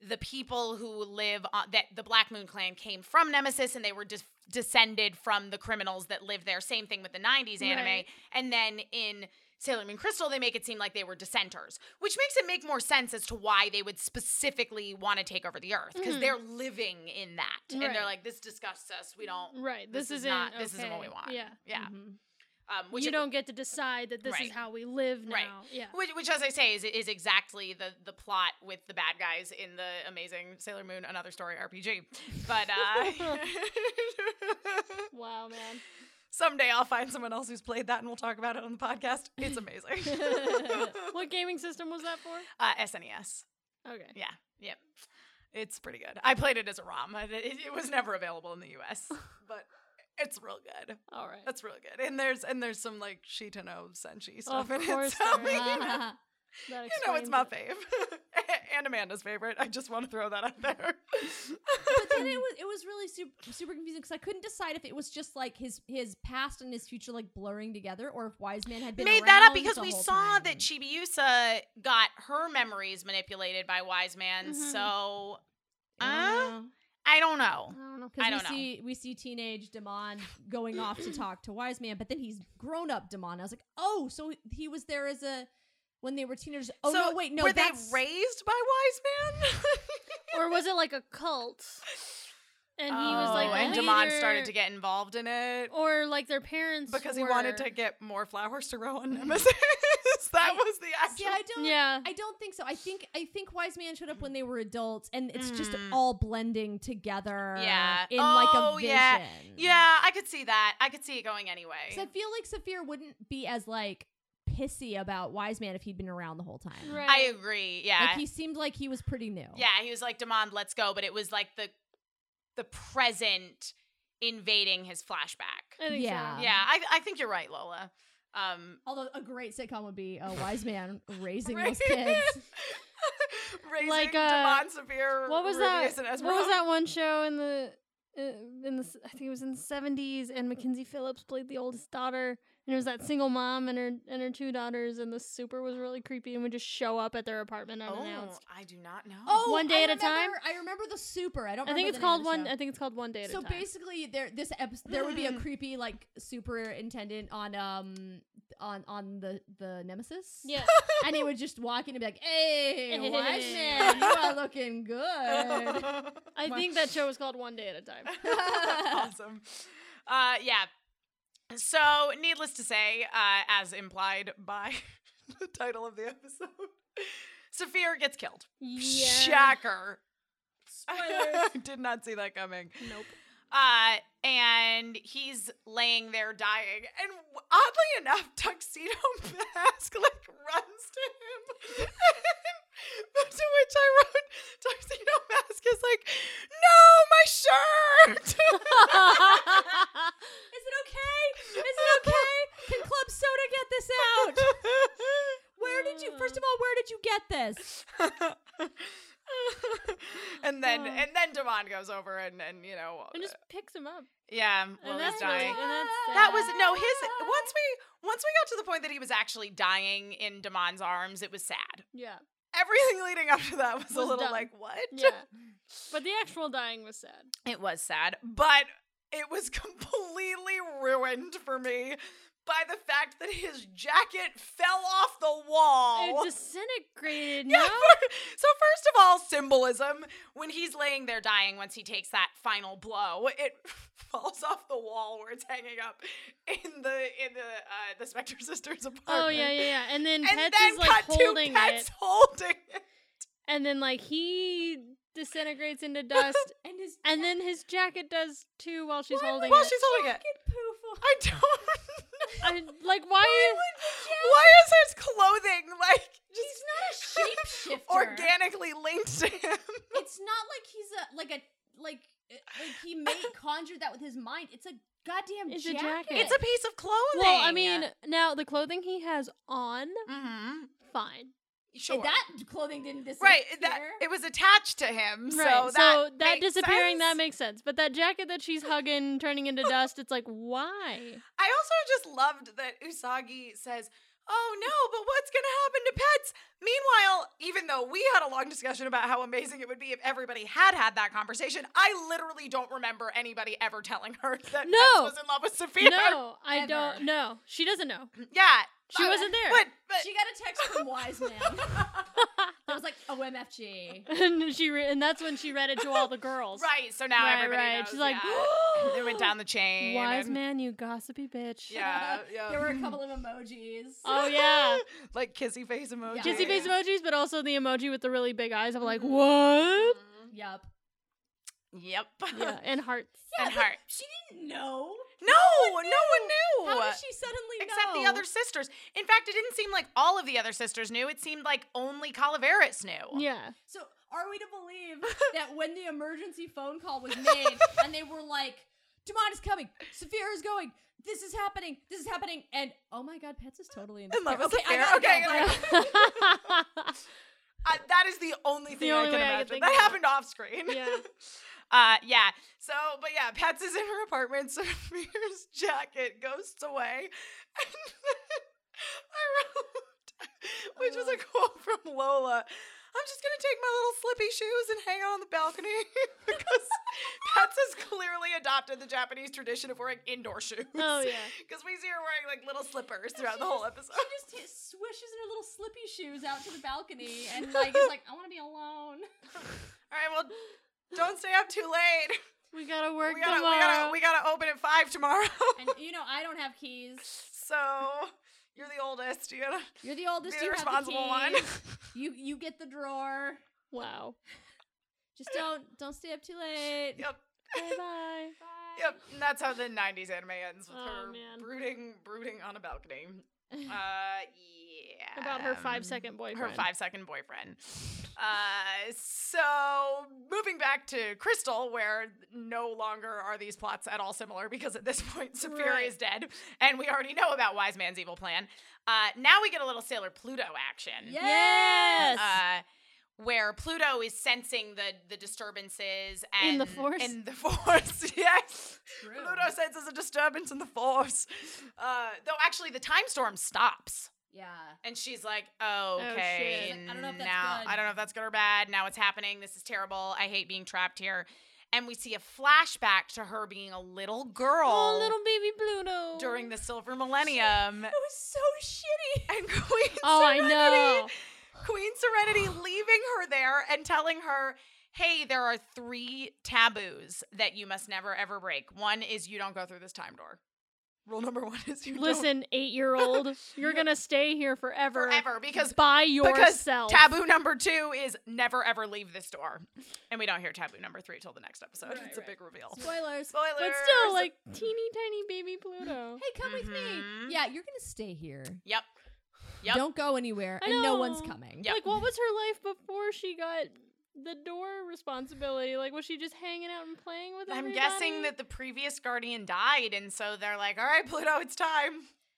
Speaker 3: the people who live on that the Black Moon clan came from Nemesis and they were dis- descended from the criminals that lived there. Same thing with the 90s anime.
Speaker 5: Right.
Speaker 3: And then in Sailor Moon Crystal, they make it seem like they were dissenters, which makes it make more sense as to why they would specifically want to take over the Earth because
Speaker 5: Mhm.
Speaker 3: they're living in that, and
Speaker 5: Right.
Speaker 3: they're like, "This disgusts us. We don't."
Speaker 5: Right. This,
Speaker 3: This is
Speaker 5: isn't
Speaker 3: not- this isn't what we
Speaker 5: okay.
Speaker 3: want.
Speaker 5: Yeah.
Speaker 3: Yeah.
Speaker 4: Mhm.
Speaker 3: Um, which
Speaker 5: you
Speaker 3: it-
Speaker 5: don't get to decide that this
Speaker 3: Right.
Speaker 5: is how we live now.
Speaker 3: Right.
Speaker 5: Yeah.
Speaker 3: Which, which, as I say, is is exactly the the plot with the bad guys in the amazing Sailor Moon Another Story RPG. But uh,
Speaker 5: Wow, man.
Speaker 3: someday I'll find someone else who's played that, and we'll talk about it on the podcast. It's amazing.
Speaker 5: what gaming system was that for?
Speaker 3: uh, SNES.
Speaker 5: Okay.
Speaker 3: Yeah. Yep. It's pretty good. I played it as a ROM. It, it, it was never available in the U.S., but it's real good.
Speaker 5: All right.
Speaker 3: That's real good. And there's and there's some like Shitano Senshi stuff in it.
Speaker 5: course
Speaker 3: So,
Speaker 5: there
Speaker 3: you know,
Speaker 4: Ah.
Speaker 5: That
Speaker 3: You know, it's
Speaker 5: explains
Speaker 3: my
Speaker 5: it.
Speaker 3: fave. and Amanda's favorite. I just want to throw that out there.
Speaker 4: but then it was it was really super super confusing because I couldn't decide if it was just like his his past and his future like blurring together, or if Wise Man had been
Speaker 3: Made that up
Speaker 4: around
Speaker 3: because
Speaker 4: the
Speaker 3: we
Speaker 4: whole
Speaker 3: saw
Speaker 4: time.
Speaker 3: that Chibiusa got her memories manipulated by Wise Man.
Speaker 5: Mhm.
Speaker 3: So
Speaker 4: Mm-hmm. I
Speaker 3: uh,
Speaker 4: don't know.
Speaker 3: I don't know.
Speaker 5: I don't know.
Speaker 4: 'Cause
Speaker 3: I don't
Speaker 4: we
Speaker 3: know.
Speaker 4: see we see teenage Demon going off to talk to Wise Man, but then he's grown up Demon. I was like, oh, so he was there as a when they were teenagers. Oh
Speaker 3: so
Speaker 4: no, wait, no,
Speaker 3: were
Speaker 4: that's
Speaker 3: they raised by Wise Man?
Speaker 5: Or was it like a cult? And he was like,
Speaker 3: Oh,
Speaker 5: the
Speaker 3: and Damon
Speaker 5: leader,
Speaker 3: started to get involved in it
Speaker 5: or like their parents
Speaker 3: because he wanted to
Speaker 5: were-
Speaker 3: get more flowers to grow on Nemesis. that was the actual.
Speaker 4: See, I don't.
Speaker 5: Yeah.
Speaker 4: I don't think so. I think I think Wise Man showed up when they were adults, and it's just
Speaker 3: Mm.
Speaker 4: all blending together.
Speaker 3: Yeah.
Speaker 4: in like a
Speaker 3: Oh,
Speaker 4: vision.
Speaker 3: yeah. yeah, I could see that. I could see it going anyway.
Speaker 4: Because I feel like Saphir wouldn't be as like pissy about Wise Man if he'd been around the whole time.
Speaker 5: Right.
Speaker 3: I agree. Yeah.
Speaker 4: Like he seemed like he was pretty new.
Speaker 3: yeah, he was like, "Demand, let's go," but it was like the the present invading his flashback.
Speaker 5: I think
Speaker 4: Yeah.
Speaker 5: So.
Speaker 3: yeah, I I think you're right, Lola. Um
Speaker 4: Although a great sitcom would be a wise man raising those kids.
Speaker 3: raising
Speaker 5: Like,
Speaker 3: like,
Speaker 5: uh,
Speaker 3: Damon Severe.
Speaker 5: What was
Speaker 3: Rubius
Speaker 5: that?
Speaker 3: and
Speaker 5: What
Speaker 3: Ezra.
Speaker 5: was that one show in the uh, in the s- I think it was in the seventies, and Mackenzie Phillips played the oldest daughter, and it was that single mom and her and her two daughters, and the super was really creepy and would just show up at their apartment
Speaker 3: Oh,
Speaker 5: unannounced.
Speaker 3: I do not know.
Speaker 4: Oh,
Speaker 5: One day
Speaker 4: I
Speaker 5: at a time?
Speaker 4: remember- I remember the super.
Speaker 3: Oh.
Speaker 4: I don't.
Speaker 5: I think
Speaker 4: remember
Speaker 5: it's
Speaker 4: the name
Speaker 5: called
Speaker 4: of
Speaker 5: one.
Speaker 4: the
Speaker 5: I think it's called one day
Speaker 4: show.
Speaker 5: at
Speaker 4: So
Speaker 5: a time.
Speaker 4: basically, there this episode there would be a creepy like superintendent on um on on the the nemesis.
Speaker 5: yeah,
Speaker 4: and he would just walk in and be like, "Hey, wise
Speaker 5: Hey.
Speaker 4: man, you are looking good."
Speaker 5: Oh, I think that show was called one day at a time.
Speaker 3: awesome. Uh, yeah. So, needless to say, uh, as implied by the title of the episode, Saphir gets killed.
Speaker 5: Yeah.
Speaker 3: Shocker.
Speaker 5: Spoilers.
Speaker 3: Did not see that coming.
Speaker 5: Nope.
Speaker 3: Uh, and he's laying there dying. And w- oddly enough, Tuxedo Mask like runs to him. to which I wrote, Tuxedo Mask is like, no, my shirt.
Speaker 4: Is it okay? Is it okay? Can Club Soda get this out? Where did you? First of all, where did you get this?
Speaker 3: and then
Speaker 5: Oh.
Speaker 3: and then Devon goes over and and you know
Speaker 5: and just picks him up.
Speaker 3: yeah
Speaker 5: and
Speaker 3: well
Speaker 5: that's
Speaker 3: he's
Speaker 5: really-
Speaker 3: dying.
Speaker 5: and that's
Speaker 3: That was
Speaker 5: sad.
Speaker 3: no his once we once we got to the point that he was actually dying in Damon's arms, it was sad.
Speaker 5: Yeah.
Speaker 3: Everything leading up to that was, a
Speaker 5: Was
Speaker 3: little
Speaker 5: dumb.
Speaker 3: like what?
Speaker 5: Yeah. But the actual dying was sad.
Speaker 3: It was sad, but it was completely ruined for me by the fact that his jacket fell off the wall.
Speaker 5: It disintegrated.
Speaker 3: Yeah.
Speaker 5: no?
Speaker 3: for- so first of all, symbolism. When he's laying there dying, once he takes that final blow, it falls off the wall where it's hanging up in the in the uh, the Spectre sisters' apartment.
Speaker 5: Oh yeah, yeah, yeah. And then
Speaker 3: And
Speaker 5: Pets
Speaker 3: then
Speaker 5: is like
Speaker 3: cut
Speaker 5: holding
Speaker 3: to Pets
Speaker 5: it,
Speaker 3: holding it.
Speaker 5: and then like he disintegrates into dust,
Speaker 4: And his
Speaker 5: and then his jacket does too while she's holding
Speaker 3: While
Speaker 5: it.
Speaker 3: she's holding it,
Speaker 4: fucking poof.
Speaker 3: I don't. know.
Speaker 5: I, like why?
Speaker 3: Why is his clothing like just
Speaker 4: He's not a shapeshifter.
Speaker 3: organically linked to him?
Speaker 4: It's not like he's a like a like uh, like he made conjured that with his mind. It's a goddamn
Speaker 5: It's a
Speaker 4: jacket.
Speaker 5: jacket.
Speaker 3: It's a piece of clothing.
Speaker 5: Well, I mean, now the clothing he has on,
Speaker 3: hmm
Speaker 5: fine.
Speaker 4: And
Speaker 3: sure.
Speaker 4: that clothing didn't disappear.
Speaker 3: right that it was attached to him so that,
Speaker 5: right. so that
Speaker 3: makes
Speaker 5: disappearing
Speaker 3: sense.
Speaker 5: that makes sense, but that jacket that she's hugging, turning into dust, it's like why?
Speaker 3: i also just loved that usagi says oh no but what's gonna happen to pets meanwhile even though we had a long discussion about how amazing it would be if everybody had had that conversation i literally don't remember anybody ever telling her that
Speaker 5: No.
Speaker 3: Pets was in love with sophia
Speaker 5: No, I
Speaker 4: Ever.
Speaker 5: don't know. She doesn't know.
Speaker 3: yeah
Speaker 5: She wasn't there.
Speaker 3: But, but
Speaker 4: She got a text from Wise Man. I was like, OMFG.
Speaker 5: and she re- and that's when she read it to all the girls.
Speaker 3: right, so now
Speaker 5: right,
Speaker 3: everybody
Speaker 5: right.
Speaker 3: knows.
Speaker 5: She's like,
Speaker 3: yeah. it went down the chain.
Speaker 5: wise
Speaker 3: and-
Speaker 5: man, you gossipy bitch.
Speaker 3: Yeah, yeah.
Speaker 4: There were a couple of emojis.
Speaker 5: Oh yeah,
Speaker 3: like kissy face emoji.
Speaker 4: Yeah.
Speaker 5: kissy face emojis, but also the emoji with the really big eyes. I'm like,
Speaker 3: Mhm.
Speaker 5: what?
Speaker 4: Yep.
Speaker 3: Yep.
Speaker 5: Yeah, and hearts.
Speaker 3: and heart.
Speaker 4: She didn't know.
Speaker 3: No, no one knew.
Speaker 4: How did she suddenly
Speaker 3: Except
Speaker 4: know?
Speaker 3: the other sisters. In fact, it didn't seem like all of the other sisters knew. It seemed like only Calaveras knew.
Speaker 5: Yeah,
Speaker 4: So are we to believe that when the emergency phone call was made and they were like, Damon is coming, Saphira is going, this is happening, this is happening, and oh my god, Pets is totally in
Speaker 3: In love
Speaker 4: despair.
Speaker 3: with Saphira.
Speaker 4: gotta
Speaker 3: Okay,
Speaker 4: go,
Speaker 3: I gotta
Speaker 4: bye.
Speaker 3: Uh, that is the only thing I
Speaker 5: only
Speaker 3: can
Speaker 5: way I could
Speaker 3: imagine.
Speaker 5: think
Speaker 3: that
Speaker 5: of.
Speaker 3: happened off screen.
Speaker 5: yeah.
Speaker 3: Uh, yeah. So, but yeah, Pats is in her apartment. Samir's jacket ghosts away. And then I wrote, which was a quote from Lola. I'm just gonna take my little slippy shoes and hang out on the balcony because Pats has clearly adopted the Japanese tradition of wearing indoor shoes.
Speaker 5: Oh yeah.
Speaker 3: Because we see her wearing like little slippers throughout
Speaker 4: she
Speaker 3: the whole
Speaker 4: just-
Speaker 3: episode.
Speaker 4: She just hit, swishes in her little slippy shoes out to the balcony and like is like, I want to be alone.
Speaker 3: All right, well, don't stay up too late.
Speaker 5: We gotta work
Speaker 3: We gotta, we
Speaker 5: tomorrow.
Speaker 3: gotta, we gotta open at five tomorrow.
Speaker 4: And you know, I don't have keys.
Speaker 3: So you're the oldest. You gotta
Speaker 4: You're the oldest.
Speaker 3: be the
Speaker 4: you
Speaker 3: responsible one.
Speaker 4: have the keys. You you get the drawer.
Speaker 5: wow.
Speaker 4: Just don't don't stay up too late.
Speaker 3: yep,
Speaker 5: Bye bye.
Speaker 4: Bye.
Speaker 3: yep. And that's how the '90s anime ends with
Speaker 5: Oh,
Speaker 3: her
Speaker 5: man.
Speaker 3: brooding, brooding on a balcony. Uh, yeah.
Speaker 5: About her five second boyfriend.
Speaker 3: Her five second boyfriend. Uh, so moving back to Crystal, where no longer are these plots at all similar because at this point Saphira
Speaker 5: Right.
Speaker 3: is dead, and we already know about Wise Man's evil plan. Uh, now we get a little Sailor Pluto action.
Speaker 5: Yes.
Speaker 3: uh, where Pluto is sensing the the disturbances and
Speaker 5: In the force?
Speaker 3: In the force, yes.
Speaker 4: True.
Speaker 3: Pluto senses a disturbance in the force. Uh, though actually, the time storm stops,
Speaker 4: Yeah.
Speaker 3: and she's like, "Okay,
Speaker 5: shit.
Speaker 3: now
Speaker 4: Oh, She's like, "I don't know if that's good."
Speaker 3: I don't know if that's good or bad. Now it's happening. This is terrible. I hate being trapped here." And we see a flashback to her being a little girl
Speaker 5: oh, little baby Pluto.
Speaker 3: during the Silver Millennium,
Speaker 4: It was so shitty.
Speaker 3: and Queen
Speaker 5: Oh, I
Speaker 3: Serenity
Speaker 5: know.
Speaker 3: Queen Serenity leaving her there and telling her, hey, there are three taboos that you must never ever break. One is you don't go through this time door. Rule number one is you don't
Speaker 5: Listen, eight year old, you're gonna stay here forever.
Speaker 3: forever because
Speaker 5: by
Speaker 3: because
Speaker 5: yourself.
Speaker 3: taboo number two is never ever leave this door. And we don't hear taboo number three till the next episode.
Speaker 4: Right,
Speaker 3: it's a
Speaker 4: right.
Speaker 3: big reveal.
Speaker 4: Spoilers.
Speaker 3: Spoilers.
Speaker 5: but still, like teeny tiny baby Pluto.
Speaker 4: Hey, come with
Speaker 3: Mhm.
Speaker 4: me. Yeah, you're gonna stay here.
Speaker 3: Yep. Yep.
Speaker 4: Don't go anywhere,
Speaker 5: I
Speaker 4: and no one's
Speaker 5: know.
Speaker 4: coming.
Speaker 3: Yep.
Speaker 5: Like, what was her life before she got the door responsibility? Like, was she just hanging out and playing with?
Speaker 3: I'm
Speaker 5: everybody?
Speaker 3: guessing that the previous guardian died, and so they're like, all right, Pluto, it's time.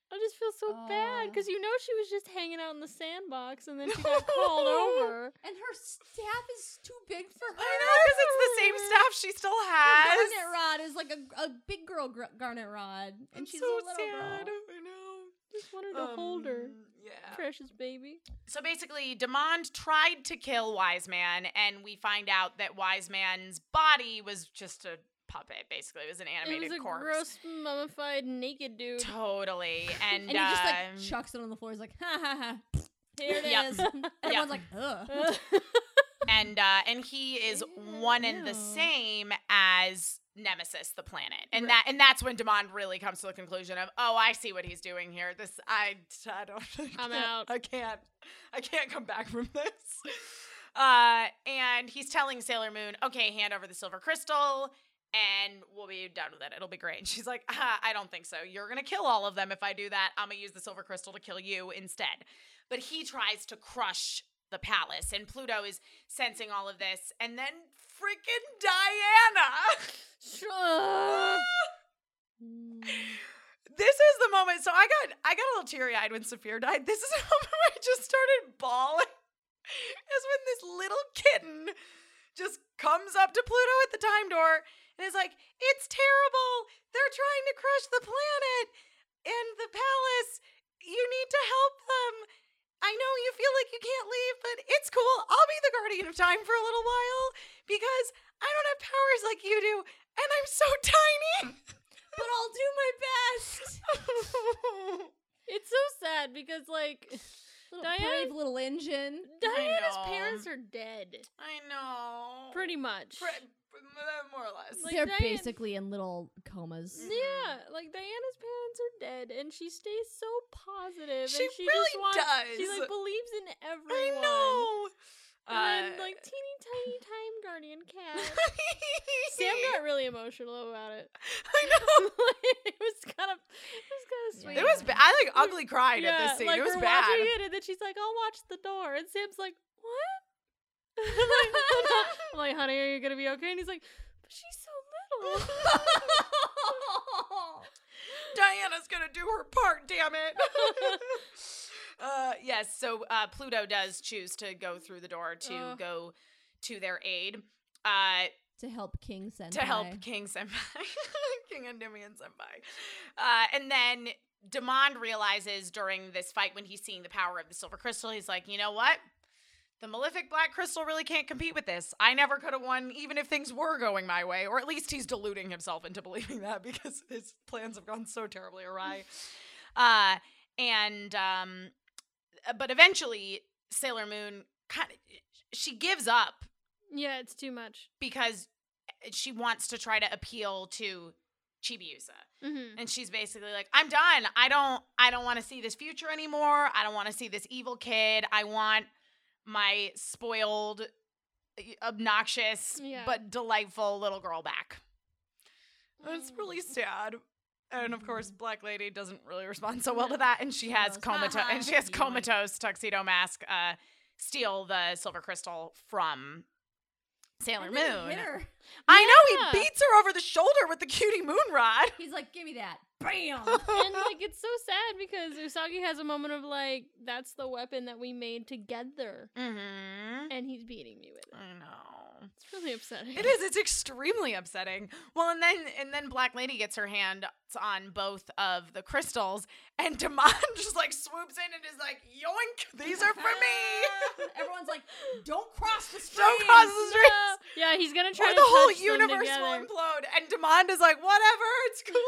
Speaker 5: I just feel so bad
Speaker 4: Oh.
Speaker 5: because you know she was just hanging out in the sandbox and then she got called over.
Speaker 4: And her staff is too big for her.
Speaker 3: I know, because it's the same stuff she still
Speaker 4: Her
Speaker 3: has.
Speaker 4: garnet rod is like a, a big girl gr- garnet rod, and
Speaker 3: I'm
Speaker 4: she's
Speaker 3: so
Speaker 4: a little
Speaker 3: sad.
Speaker 4: girl.
Speaker 3: I know.
Speaker 5: Just wanted to hold her,
Speaker 3: Um, Yeah.
Speaker 5: precious baby.
Speaker 3: So basically, Demond tried to kill Wise Man, and we find out that Wise Man's body was just a puppet. Basically, it was an
Speaker 5: It
Speaker 3: animated
Speaker 5: was a
Speaker 3: corpse.
Speaker 5: gross, mummified, naked dude.
Speaker 3: Totally. And,
Speaker 4: And he just like
Speaker 3: um,
Speaker 4: chucks it on the floor. He's like, ha ha ha. Here it is.
Speaker 3: Yep.
Speaker 4: And Everyone's like, ugh.
Speaker 3: and uh, and he is one and the
Speaker 5: Ew.
Speaker 3: same as Nemesis, the planet, and that and that's when Demond really comes to the conclusion of, oh, I see what he's doing here. This I I don't. I
Speaker 5: I'm
Speaker 3: can't-
Speaker 5: out.
Speaker 3: I can't. I can't come back from this. Uh, and he's telling Sailor Moon, okay, hand over the silver crystal. And we'll be done with it. It'll be great. And she's like, ah, I don't think so. You're going to kill all of them if I do that. I'm going to use the silver crystal to kill you instead. But he tries to crush the palace, and Pluto is sensing all of this. And then freaking Diana.
Speaker 5: Sure.
Speaker 3: This is the moment. So I got I got a little teary eyed when Saphir died. This is the moment where I just started bawling. Is when this little kitten just comes up to Pluto at the time door and is like, "It's terrible. They're trying to crush the planet and the palace. You need to help them. I know you feel like you can't leave, but it's cool. I'll be the guardian of time for a little while because I don't have powers like you do, and I'm so tiny."
Speaker 4: but I'll do my best.
Speaker 5: It's so sad because like
Speaker 4: Little
Speaker 5: Diana-
Speaker 4: brave little engine.
Speaker 5: Diana's
Speaker 3: know.
Speaker 5: parents are dead,
Speaker 3: I know.
Speaker 5: pretty much.
Speaker 3: Pre- pre- uh, more or less.
Speaker 5: Like
Speaker 4: They're
Speaker 5: Diane-
Speaker 4: basically in little comas.
Speaker 3: Mm-hmm. Mm.
Speaker 5: yeah, like Diana's parents are dead, and she stays so positive.
Speaker 3: She
Speaker 5: and she
Speaker 3: really
Speaker 5: just wants, She
Speaker 3: does.
Speaker 5: like believes in everyone.
Speaker 3: I know.
Speaker 5: And then,
Speaker 3: Uh,
Speaker 5: like teeny tiny time guardian cat. Sam got really emotional about it.
Speaker 3: I know.
Speaker 5: it was kind of, it was kind of sweet.
Speaker 3: It was. Ba- I like ugly cried at this scene.
Speaker 5: Mm, Like
Speaker 3: it was
Speaker 5: we're
Speaker 3: bad.
Speaker 5: watching it, and then she's like, "I'll watch the door," and Sam's like, "What?" I'm like, "Oh, no." I'm like, "Honey, are you gonna be okay?" And he's like, "But she's so little."
Speaker 3: Diana's gonna do her part. Damn it. uh, yes. So uh, Pluto does choose to go through the door to
Speaker 5: Ugh.
Speaker 3: go to their aid. Uh,
Speaker 4: To help King Senpai.
Speaker 3: to help King Senpai, King Endymion Senpai. Uh, and then Demond realizes during this fight when he's seeing the power of the Silver Crystal, he's like, you know what? The Malefic Black Crystal really can't compete with this. I never could have won, even if things were going my way, or at least he's deluding himself into believing that because his plans have gone so terribly awry. uh, and um, but eventually, Sailor Moon kind of she gives up
Speaker 5: yeah, it's too much.
Speaker 3: because she wants to try to appeal to Chibiusa.
Speaker 5: Mm-hmm.
Speaker 3: And she's basically like, "I'm done. I don't I don't want to see this future anymore. I don't want to see this evil kid. I want my spoiled obnoxious
Speaker 5: Yeah.
Speaker 3: but delightful little girl back." It's really sad. And of course, Black Lady doesn't really respond so well to that, and she has
Speaker 4: Goes,
Speaker 3: comatose
Speaker 4: "Ha ha,
Speaker 3: and she has
Speaker 4: you win."
Speaker 3: comatose tuxedo mask uh, steal the silver crystal from Sailor
Speaker 4: And
Speaker 3: Moon.
Speaker 4: then hit her.
Speaker 3: I know he
Speaker 5: Yeah.
Speaker 3: beats her over the shoulder with the cutie moon rod.
Speaker 4: He's like, give me that. Bam.
Speaker 5: and like it's so sad because Usagi has a moment of like, "That's the weapon that we made together,"
Speaker 3: Mm-hmm.
Speaker 5: and he's beating me with it.
Speaker 3: I know.
Speaker 5: It's really upsetting.
Speaker 3: It is. It's extremely upsetting. Well, and then and then Black Lady gets her hands on both of the crystals, and Damon just like swoops in and is like, "Yoink! These are for me."
Speaker 4: Ah! Everyone's like, don't cross the street.
Speaker 3: Don't cross the streets.
Speaker 5: Yeah, he's gonna
Speaker 3: Or
Speaker 5: try.
Speaker 3: the
Speaker 5: to
Speaker 3: whole
Speaker 5: touch them
Speaker 3: universe will
Speaker 5: together.
Speaker 3: implode. And Demond is like, whatever, it's cool.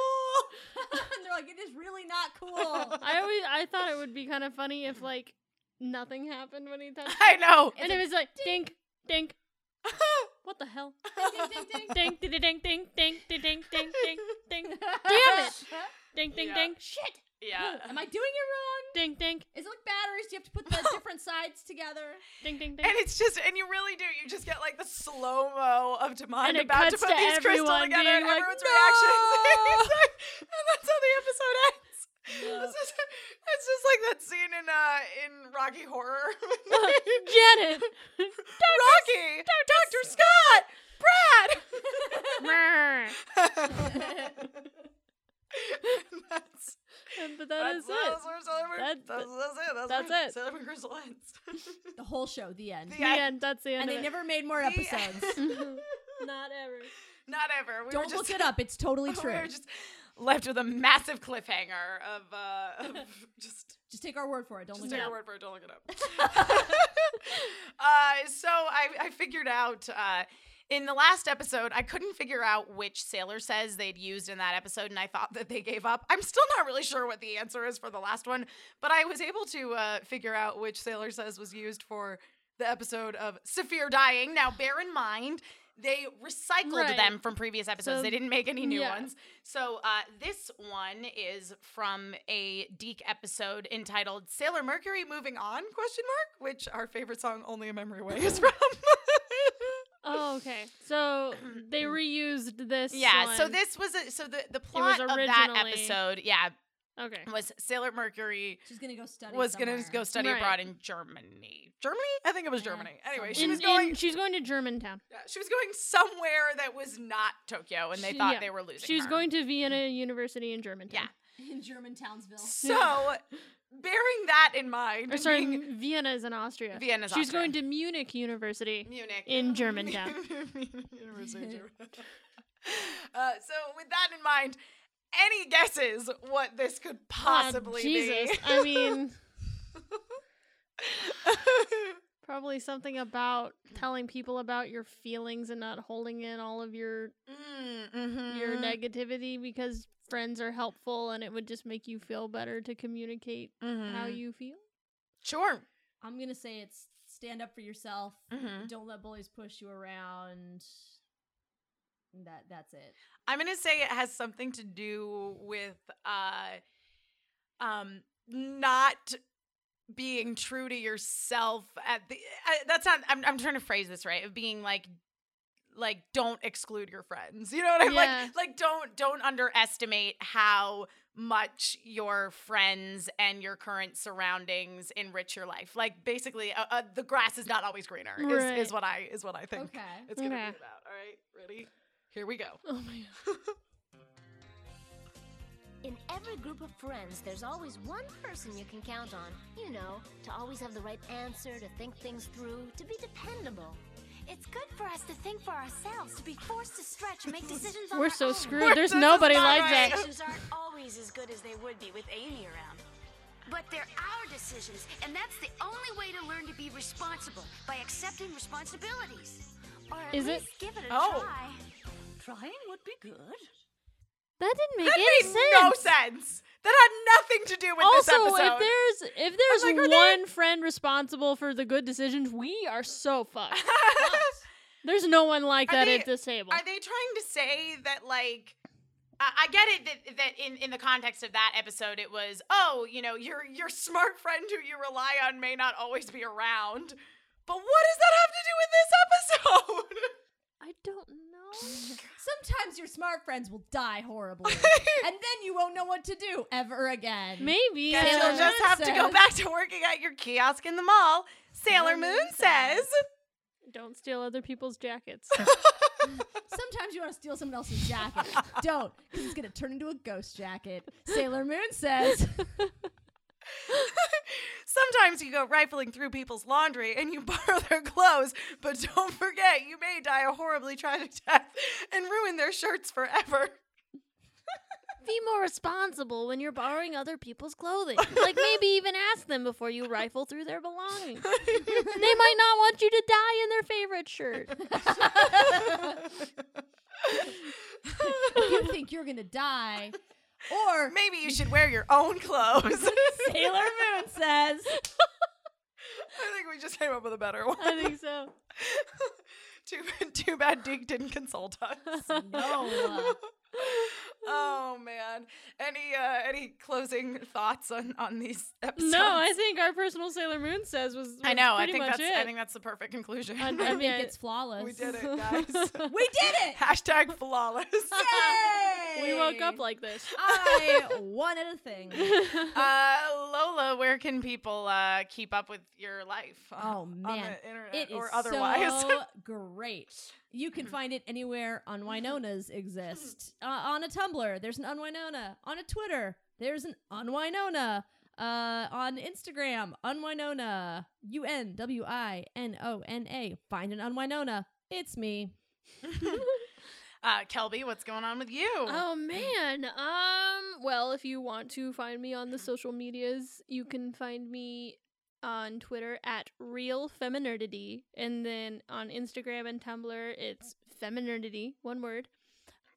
Speaker 4: and they're like, it is really not cool.
Speaker 5: I always I thought it would be kind of funny if like nothing happened when he touched.
Speaker 3: I know.
Speaker 5: and it was like dink, dink. What the hell?
Speaker 4: Ding, ding, ding, ding.
Speaker 5: Dink, ding, ding, ding, ding, ding, ding, ding, ding, ding, Damn it. ding, ding,
Speaker 3: Yeah.
Speaker 5: ding. Shit.
Speaker 3: Yeah.
Speaker 4: Am I doing it wrong?
Speaker 5: Ding, ding,
Speaker 4: Is it like batteries? Do you have to put the different sides together?
Speaker 5: ding, ding, ding.
Speaker 3: And it's just, and you really do. You just get like the slow mo of
Speaker 5: And
Speaker 3: Demond
Speaker 5: it
Speaker 3: about to
Speaker 5: cuts
Speaker 3: put
Speaker 5: to
Speaker 3: these crystals
Speaker 5: everyone
Speaker 3: together
Speaker 5: being
Speaker 3: and
Speaker 5: like,
Speaker 3: everyone's
Speaker 5: "No!"
Speaker 3: reactions. It's like- and that's how the episode ends. It's, just, it's just like that scene in uh in Rocky Horror.
Speaker 5: Janet.
Speaker 3: Rocky, Doctor Scott, Brad.
Speaker 5: Brr.
Speaker 3: that's,
Speaker 5: but that is it.
Speaker 3: That's where Sailor Moon-
Speaker 5: That-
Speaker 3: that's, that's it. That's,
Speaker 5: that's
Speaker 3: where
Speaker 5: it.
Speaker 3: Sailor Moon Crystal ends.
Speaker 4: The whole show, the end.
Speaker 5: The end. That's the end.
Speaker 4: and they
Speaker 5: of
Speaker 4: never made more
Speaker 3: The
Speaker 4: episodes.
Speaker 5: it. Not ever.
Speaker 3: Not ever. We were
Speaker 4: Don't
Speaker 3: just,
Speaker 4: look it up. It's totally true.
Speaker 3: We were just left with a massive cliffhanger of, uh, of just
Speaker 4: Just take our word for it. Don't
Speaker 3: just take
Speaker 4: look it
Speaker 3: our
Speaker 4: up.
Speaker 3: word for it. Don't look it up. uh, so I, I figured out uh, in the last episode, I couldn't figure out which sailor says they'd used in that episode, and I thought that they gave up. I'm still not really sure what the answer is for the last one, but I was able to uh, figure out which sailor says was used for the episode of Saphir dying. Now, bear in mind. They recycled
Speaker 5: Right.
Speaker 3: them from previous episodes.
Speaker 5: So-
Speaker 3: they didn't make any new
Speaker 5: yeah.
Speaker 3: ones. So uh, this one is from a Deke episode entitled "Sailor Mercury Moving On?" question mark, which our favorite song "Only a Memory Away" is from.
Speaker 5: Oh, okay. So they reused this.
Speaker 3: yeah. So
Speaker 5: one.
Speaker 3: this was a, so the the plot of that
Speaker 5: originally-
Speaker 3: episode, yeah,
Speaker 5: Okay.
Speaker 3: was Sailor Mercury
Speaker 4: She's gonna go study.
Speaker 3: was going to
Speaker 4: somewhere.
Speaker 3: go study
Speaker 5: Right.
Speaker 3: abroad in Germany. Germany? I think it was
Speaker 4: Yeah,
Speaker 3: Germany. Anyway, she
Speaker 5: In-
Speaker 3: was
Speaker 5: in-
Speaker 3: going.
Speaker 5: she's going to Germantown.
Speaker 3: yeah, she was going somewhere that was not Tokyo, and they
Speaker 5: She-
Speaker 3: thought
Speaker 5: yeah.
Speaker 3: they were losing.
Speaker 5: She was
Speaker 3: her.
Speaker 5: going to Vienna University in Germantown.
Speaker 4: in German Townsville.
Speaker 3: So, bearing that in mind,
Speaker 5: Or sorry,
Speaker 3: being-
Speaker 5: M- Vienna is in Austria.
Speaker 3: Vienna's
Speaker 5: She's
Speaker 3: Austria.
Speaker 5: going to Munich University.
Speaker 3: Munich
Speaker 5: in Germantown.
Speaker 3: University of German- uh, so, with that in mind, any guesses what this could
Speaker 5: Ah,
Speaker 3: possibly
Speaker 5: Jesus. I mean,
Speaker 3: be?
Speaker 5: Probably something about telling people about your feelings and not holding in all of your
Speaker 3: Mm, mhm.
Speaker 5: your negativity because friends are helpful and it would just make you feel better to communicate how
Speaker 3: Mhm.
Speaker 5: you feel.
Speaker 3: Sure.
Speaker 4: I'm gonna say it's stand up for yourself.
Speaker 3: Mhm.
Speaker 4: Don't let bullies push you around. That that's it.
Speaker 3: I'm gonna say it has something to do with uh, um, not being true to yourself. At the uh, that's not. I'm I'm trying to phrase this right. Of being like, like don't exclude your friends. You know what I'm
Speaker 5: Yeah.
Speaker 3: like. Like don't don't underestimate how much your friends and your current surroundings enrich your life. Like basically, uh, uh, the grass is not always greener. Is,
Speaker 5: Right.
Speaker 3: is what I is what I think.
Speaker 4: Okay.
Speaker 3: It's gonna
Speaker 5: Okay.
Speaker 3: be about. All right, ready? Here we go.
Speaker 5: Oh my
Speaker 2: In every group of friends, there's always one person you can count on. You know, to always have the right answer, to think things through, to be dependable. It's good for us to think for ourselves, to be forced to stretch and make decisions on
Speaker 5: We're
Speaker 2: our
Speaker 5: so
Speaker 2: own.
Speaker 5: screwed.
Speaker 3: This
Speaker 5: There's
Speaker 3: is
Speaker 5: nobody
Speaker 3: not
Speaker 5: like
Speaker 3: right.
Speaker 5: that.
Speaker 2: Decisions aren't always as good as they would be with Amy around. But they're our decisions, and that's the only way to learn to be responsible by accepting responsibilities. Or at
Speaker 5: Is it-
Speaker 2: least give it a
Speaker 3: Oh.
Speaker 2: try.
Speaker 6: Trying would be good.
Speaker 5: That didn't make
Speaker 3: That
Speaker 5: any
Speaker 3: made
Speaker 5: sense.
Speaker 3: no sense. That had nothing to do with
Speaker 5: also,
Speaker 3: this episode.
Speaker 5: if there's if
Speaker 3: like,
Speaker 5: there's
Speaker 3: are they-
Speaker 5: one friend responsible for the good decisions, we are so fucked. There's no one like
Speaker 3: Are
Speaker 5: that
Speaker 3: they-
Speaker 5: at this table.
Speaker 3: Are they trying to say that like I I get it that, that in, in the context of that episode it was, oh, you know, your your smart friend who you rely on may not always be around. But what does that have to do with this episode?
Speaker 5: I don't know.
Speaker 4: Sometimes your smart friends will die horribly, and then you won't know what to do ever again.
Speaker 5: Maybe.
Speaker 3: Guess
Speaker 4: Sailor
Speaker 3: you'll just
Speaker 4: Moon
Speaker 3: have to go
Speaker 4: says-
Speaker 3: back to working at your kiosk in the mall. Sailor Moon says.
Speaker 5: Don't steal other people's jackets.
Speaker 4: Sometimes you want to steal someone else's jacket. Don't, because it's gonna turn into a ghost jacket. Sailor Moon says.
Speaker 3: Sometimes you go rifling through people's laundry and you borrow their clothes, but don't forget you may die a horribly tragic death and ruin their shirts forever.
Speaker 5: Be more responsible when you're borrowing other people's clothing. Like maybe even ask them before you rifle through their belongings. they might not want you to die in their favorite shirt.
Speaker 4: you think you're gonna die, or
Speaker 3: Maybe you should wear your own clothes.
Speaker 4: Sailor Moon says.
Speaker 3: I think we just came up with a better one.
Speaker 5: I think so.
Speaker 3: too, too bad Deke didn't consult us.
Speaker 4: No.
Speaker 3: oh man. Any uh, any closing thoughts on on these episodes?
Speaker 5: No, I think our personal Sailor Moon says was. was
Speaker 3: I know. I
Speaker 5: Pretty
Speaker 3: think
Speaker 5: much
Speaker 3: that's
Speaker 5: it.
Speaker 3: I think that's the perfect conclusion.
Speaker 5: I- I
Speaker 4: I
Speaker 5: mean,
Speaker 4: think it's flawless.
Speaker 3: we did it, guys.
Speaker 4: We did it.
Speaker 3: Hashtag flawless.
Speaker 5: we woke up
Speaker 4: Yay.
Speaker 5: like this.
Speaker 4: I wanted a thing.
Speaker 3: uh, Lola, where can people uh, keep up with your life?
Speaker 4: Oh
Speaker 3: on
Speaker 4: man,
Speaker 3: the internet
Speaker 4: it Mm-hmm. is
Speaker 3: or otherwise.
Speaker 4: so great. You can find it anywhere on Winona's exist uh, on a Tumblr. There's an unwinona on a Twitter. There's an unwinona uh, on Instagram. Unwinona, U N W I N O N A. Find an unwinona. It's me.
Speaker 3: Uh, Kelby, what's going on with you?
Speaker 5: Oh man. Um well, if you want to find me on the social medias, you can find me on Twitter at real femininity and then on Instagram and Tumblr it's femininity, one word.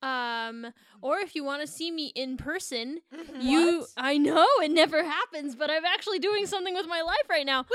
Speaker 5: Um or if you want to see me in person, you I know it never happens, but I'm actually doing something with my life right now.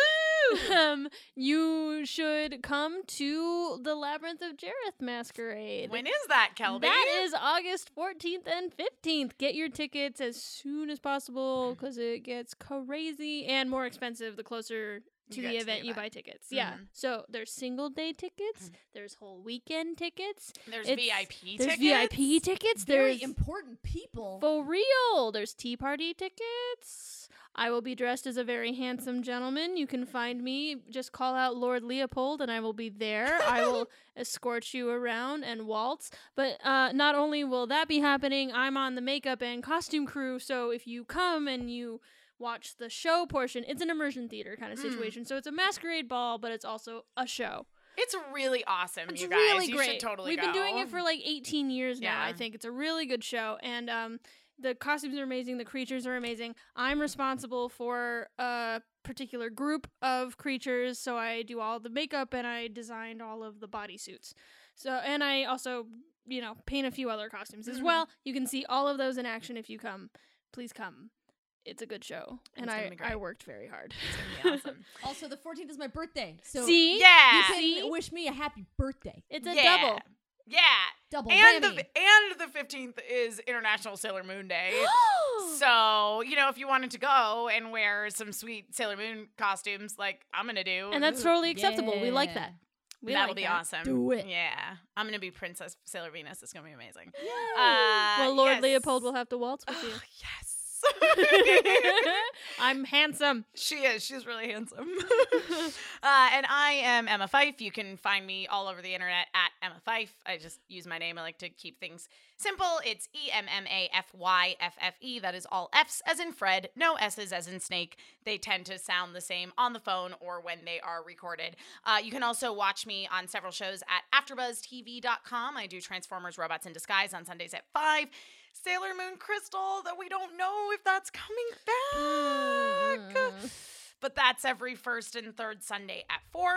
Speaker 5: Woo! um you should come to the Labyrinth of Jareth masquerade.
Speaker 3: when is that, Kelby?
Speaker 5: That is August 14th and 15th. Get your tickets as soon as possible because it gets crazy and more expensive the closer
Speaker 3: You
Speaker 5: to the
Speaker 3: get to the
Speaker 5: event you
Speaker 3: event.
Speaker 5: buy tickets. Yeah.
Speaker 3: Mhm.
Speaker 5: So there's single day tickets, there's whole weekend tickets,
Speaker 3: There's
Speaker 5: it's-
Speaker 3: VIP
Speaker 5: there's
Speaker 3: tickets.
Speaker 5: VIP tickets,
Speaker 4: Very
Speaker 5: there's
Speaker 4: important people.
Speaker 5: for real, there's tea party tickets. I will be dressed as a very handsome gentleman. You can find me. Just call out Lord Leopold and I will be there. I will escort you around and waltz. But uh, not only will that be happening, I'm on the makeup and costume crew. So if you come and you watch the show portion, it's an immersion theater kind of
Speaker 3: Mm.
Speaker 5: situation. So it's a masquerade ball, but it's also a show.
Speaker 3: It's really awesome,
Speaker 5: It's
Speaker 3: you guys.
Speaker 5: really
Speaker 3: you
Speaker 5: great.
Speaker 3: should totally
Speaker 5: We've been doing
Speaker 3: go.
Speaker 5: it for like 18 years now. I
Speaker 3: Yeah.
Speaker 5: think it's a really good show, and um, the costumes are amazing. The creatures are amazing. I'm responsible for uh particular group of creatures, so I do all the makeup and I designed all of the bodysuits. So and I also, you know, paint a few other costumes as well. You can see all of those in action if you come. Please come. It's a good show, and
Speaker 1: It's gonna
Speaker 5: I,
Speaker 1: be great.
Speaker 5: I worked very hard.
Speaker 3: awesome.
Speaker 4: Also, the 14th is my birthday. So
Speaker 5: see,
Speaker 4: you
Speaker 3: Yeah.
Speaker 4: can
Speaker 5: see?
Speaker 4: wish me a happy birthday.
Speaker 5: it's a
Speaker 3: Yeah.
Speaker 5: double.
Speaker 3: Yeah.
Speaker 4: Double
Speaker 3: And the
Speaker 4: whammy.
Speaker 3: and the 15th is International Sailor Moon Day. so, you know, if you wanted to go and wear some sweet Sailor Moon costumes like I'm going to do,
Speaker 5: and that's totally acceptable. We like
Speaker 4: Yeah.
Speaker 5: that. We
Speaker 3: that'll
Speaker 5: like
Speaker 3: be
Speaker 5: that.
Speaker 3: awesome.
Speaker 4: Do it.
Speaker 3: Yeah. I'm going to be Princess Sailor Venus. It's going to be amazing. Uh,
Speaker 5: well, Lord
Speaker 3: yes.
Speaker 5: Leopold will have to waltz with
Speaker 3: Oh,
Speaker 5: you.
Speaker 3: yes.
Speaker 5: I'm handsome.
Speaker 3: She is. She's really handsome. uh, and I am Emma Fife. You can find me all over the internet at Emma Fife. I just use my name. I like to keep things simple. It's E M M A F Y F F E. That is all F's as in Fred, no S's as in Snake. They tend to sound the same on the phone or when they are recorded. Uh, you can also watch me on several shows at AfterBuzzTV.com. I do Transformers Robots in Disguise on Sundays at 5. Sailor Moon Crystal, that we don't know if that's coming back. But that's every first and third Sunday at 4.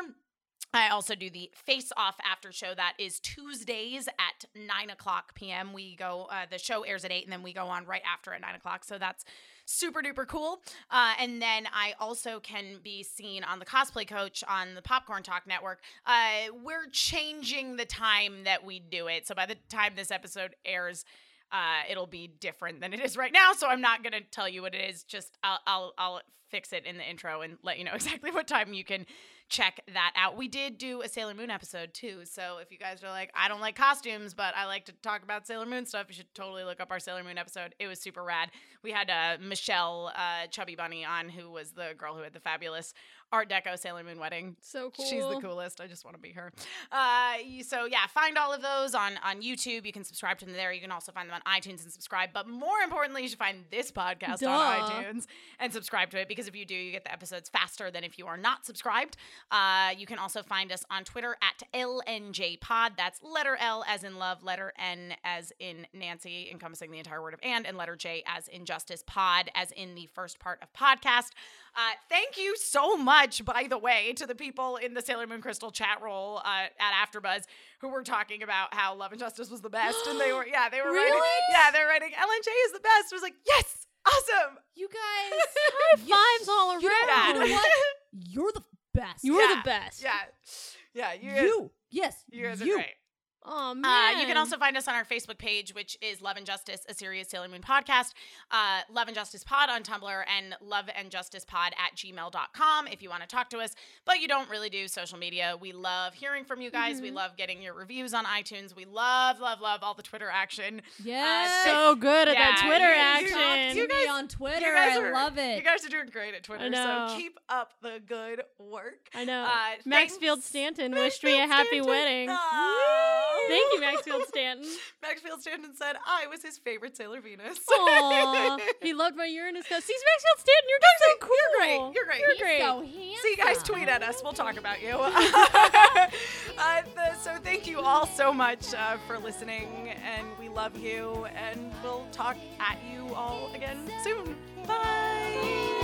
Speaker 3: I also do the Face Off after show. That is Tuesdays at 9 o'clock p.m. We go, uh, the show airs at 8, and then we go on right after at 9 o'clock. So that's super duper cool. Uh, and then I also can be seen on the Cosplay Coach on the Popcorn Talk Network. Uh, we're changing the time that we do it. So by the time this episode airs, uh, it'll be different than it is right now. So I'm not gonna tell you what it is. Just I'll, I'll I'll fix it in the intro and let you know exactly what time you can check that out. We did do a Sailor Moon episode too. So if you guys are like, I don't like costumes, but I like to talk about Sailor Moon stuff, you should totally look up our Sailor Moon episode. It was super rad. We had uh, Michelle uh, Chubby Bunny on, who was the girl who had the fabulous Art Deco Sailor Moon wedding.
Speaker 5: So cool.
Speaker 3: She's the coolest. I just want to be her. Uh, you- so yeah, find all of those on on YouTube. You can subscribe to them there. You can also find them on iTunes and subscribe. But more importantly, you should find this podcast on
Speaker 5: Duh.
Speaker 3: iTunes and subscribe to it because if you do, you get the episodes faster than if you are not subscribed. Uh, you can also find us on Twitter at LNJ Pod. That's letter L as in love, letter N as in Nancy, encompassing the entire word of and, and letter J as in justice, pod as in the first part of podcast. Uh, thank you so much, by the way, to the people in the Sailor Moon Crystal chat roll uh, at AfterBuzz who were talking about how Love and Justice was the best, and they were yeah they were writing,
Speaker 5: Really?
Speaker 3: yeah they're writing LNJ is the best. I was like yes, awesome.
Speaker 4: You guys,
Speaker 5: Vibes all around.
Speaker 4: you
Speaker 3: Yeah.
Speaker 4: know what? You're the best.
Speaker 5: You're
Speaker 3: Yeah.
Speaker 5: the best.
Speaker 3: Yeah, yeah, you guys,
Speaker 4: you. Yes.
Speaker 3: you guys
Speaker 4: you.
Speaker 3: are great.
Speaker 5: Oh man.
Speaker 3: Uh, you can also find us on our Facebook page, which is Love and Justice, a serious Sailor Moon podcast. Uh, Love and Justice Pod on Tumblr and Love and Justice Pod at gmail.com if you want to talk to us, but you don't really do social media. We love hearing from you guys.
Speaker 5: Mm-hmm.
Speaker 3: We love getting your reviews on iTunes. We love, love, love all the Twitter action.
Speaker 4: Yes.
Speaker 5: so good at that
Speaker 3: Yeah,
Speaker 5: Twitter
Speaker 3: you- you
Speaker 5: action.
Speaker 3: talked- you
Speaker 4: me
Speaker 3: guys-
Speaker 4: on Twitter.
Speaker 3: you guys
Speaker 4: I
Speaker 3: are-
Speaker 4: love it.
Speaker 3: You guys are doing great at Twitter, so
Speaker 5: know.
Speaker 3: keep up the good work.
Speaker 5: I know.
Speaker 3: Uh,
Speaker 5: Maxfield
Speaker 3: thanks-
Speaker 5: Stanton wished me a
Speaker 3: Maxfield
Speaker 5: happy
Speaker 3: Stanton.
Speaker 5: wedding.
Speaker 3: Oh.
Speaker 5: Thank you, Maxfield Stanton.
Speaker 3: Maxfield Stanton said I was his favorite Sailor Venus.
Speaker 5: Aw, he loved my Uranus costume. See, Maxfield Stanton, you're just so cool.
Speaker 3: You're great. You're great.
Speaker 5: You're great.
Speaker 4: So handsome.
Speaker 3: So you guys tweet at us. We'll talk about you. uh, the, so thank you all so much uh, for listening, and we love you, and we'll talk at you all again soon. Bye.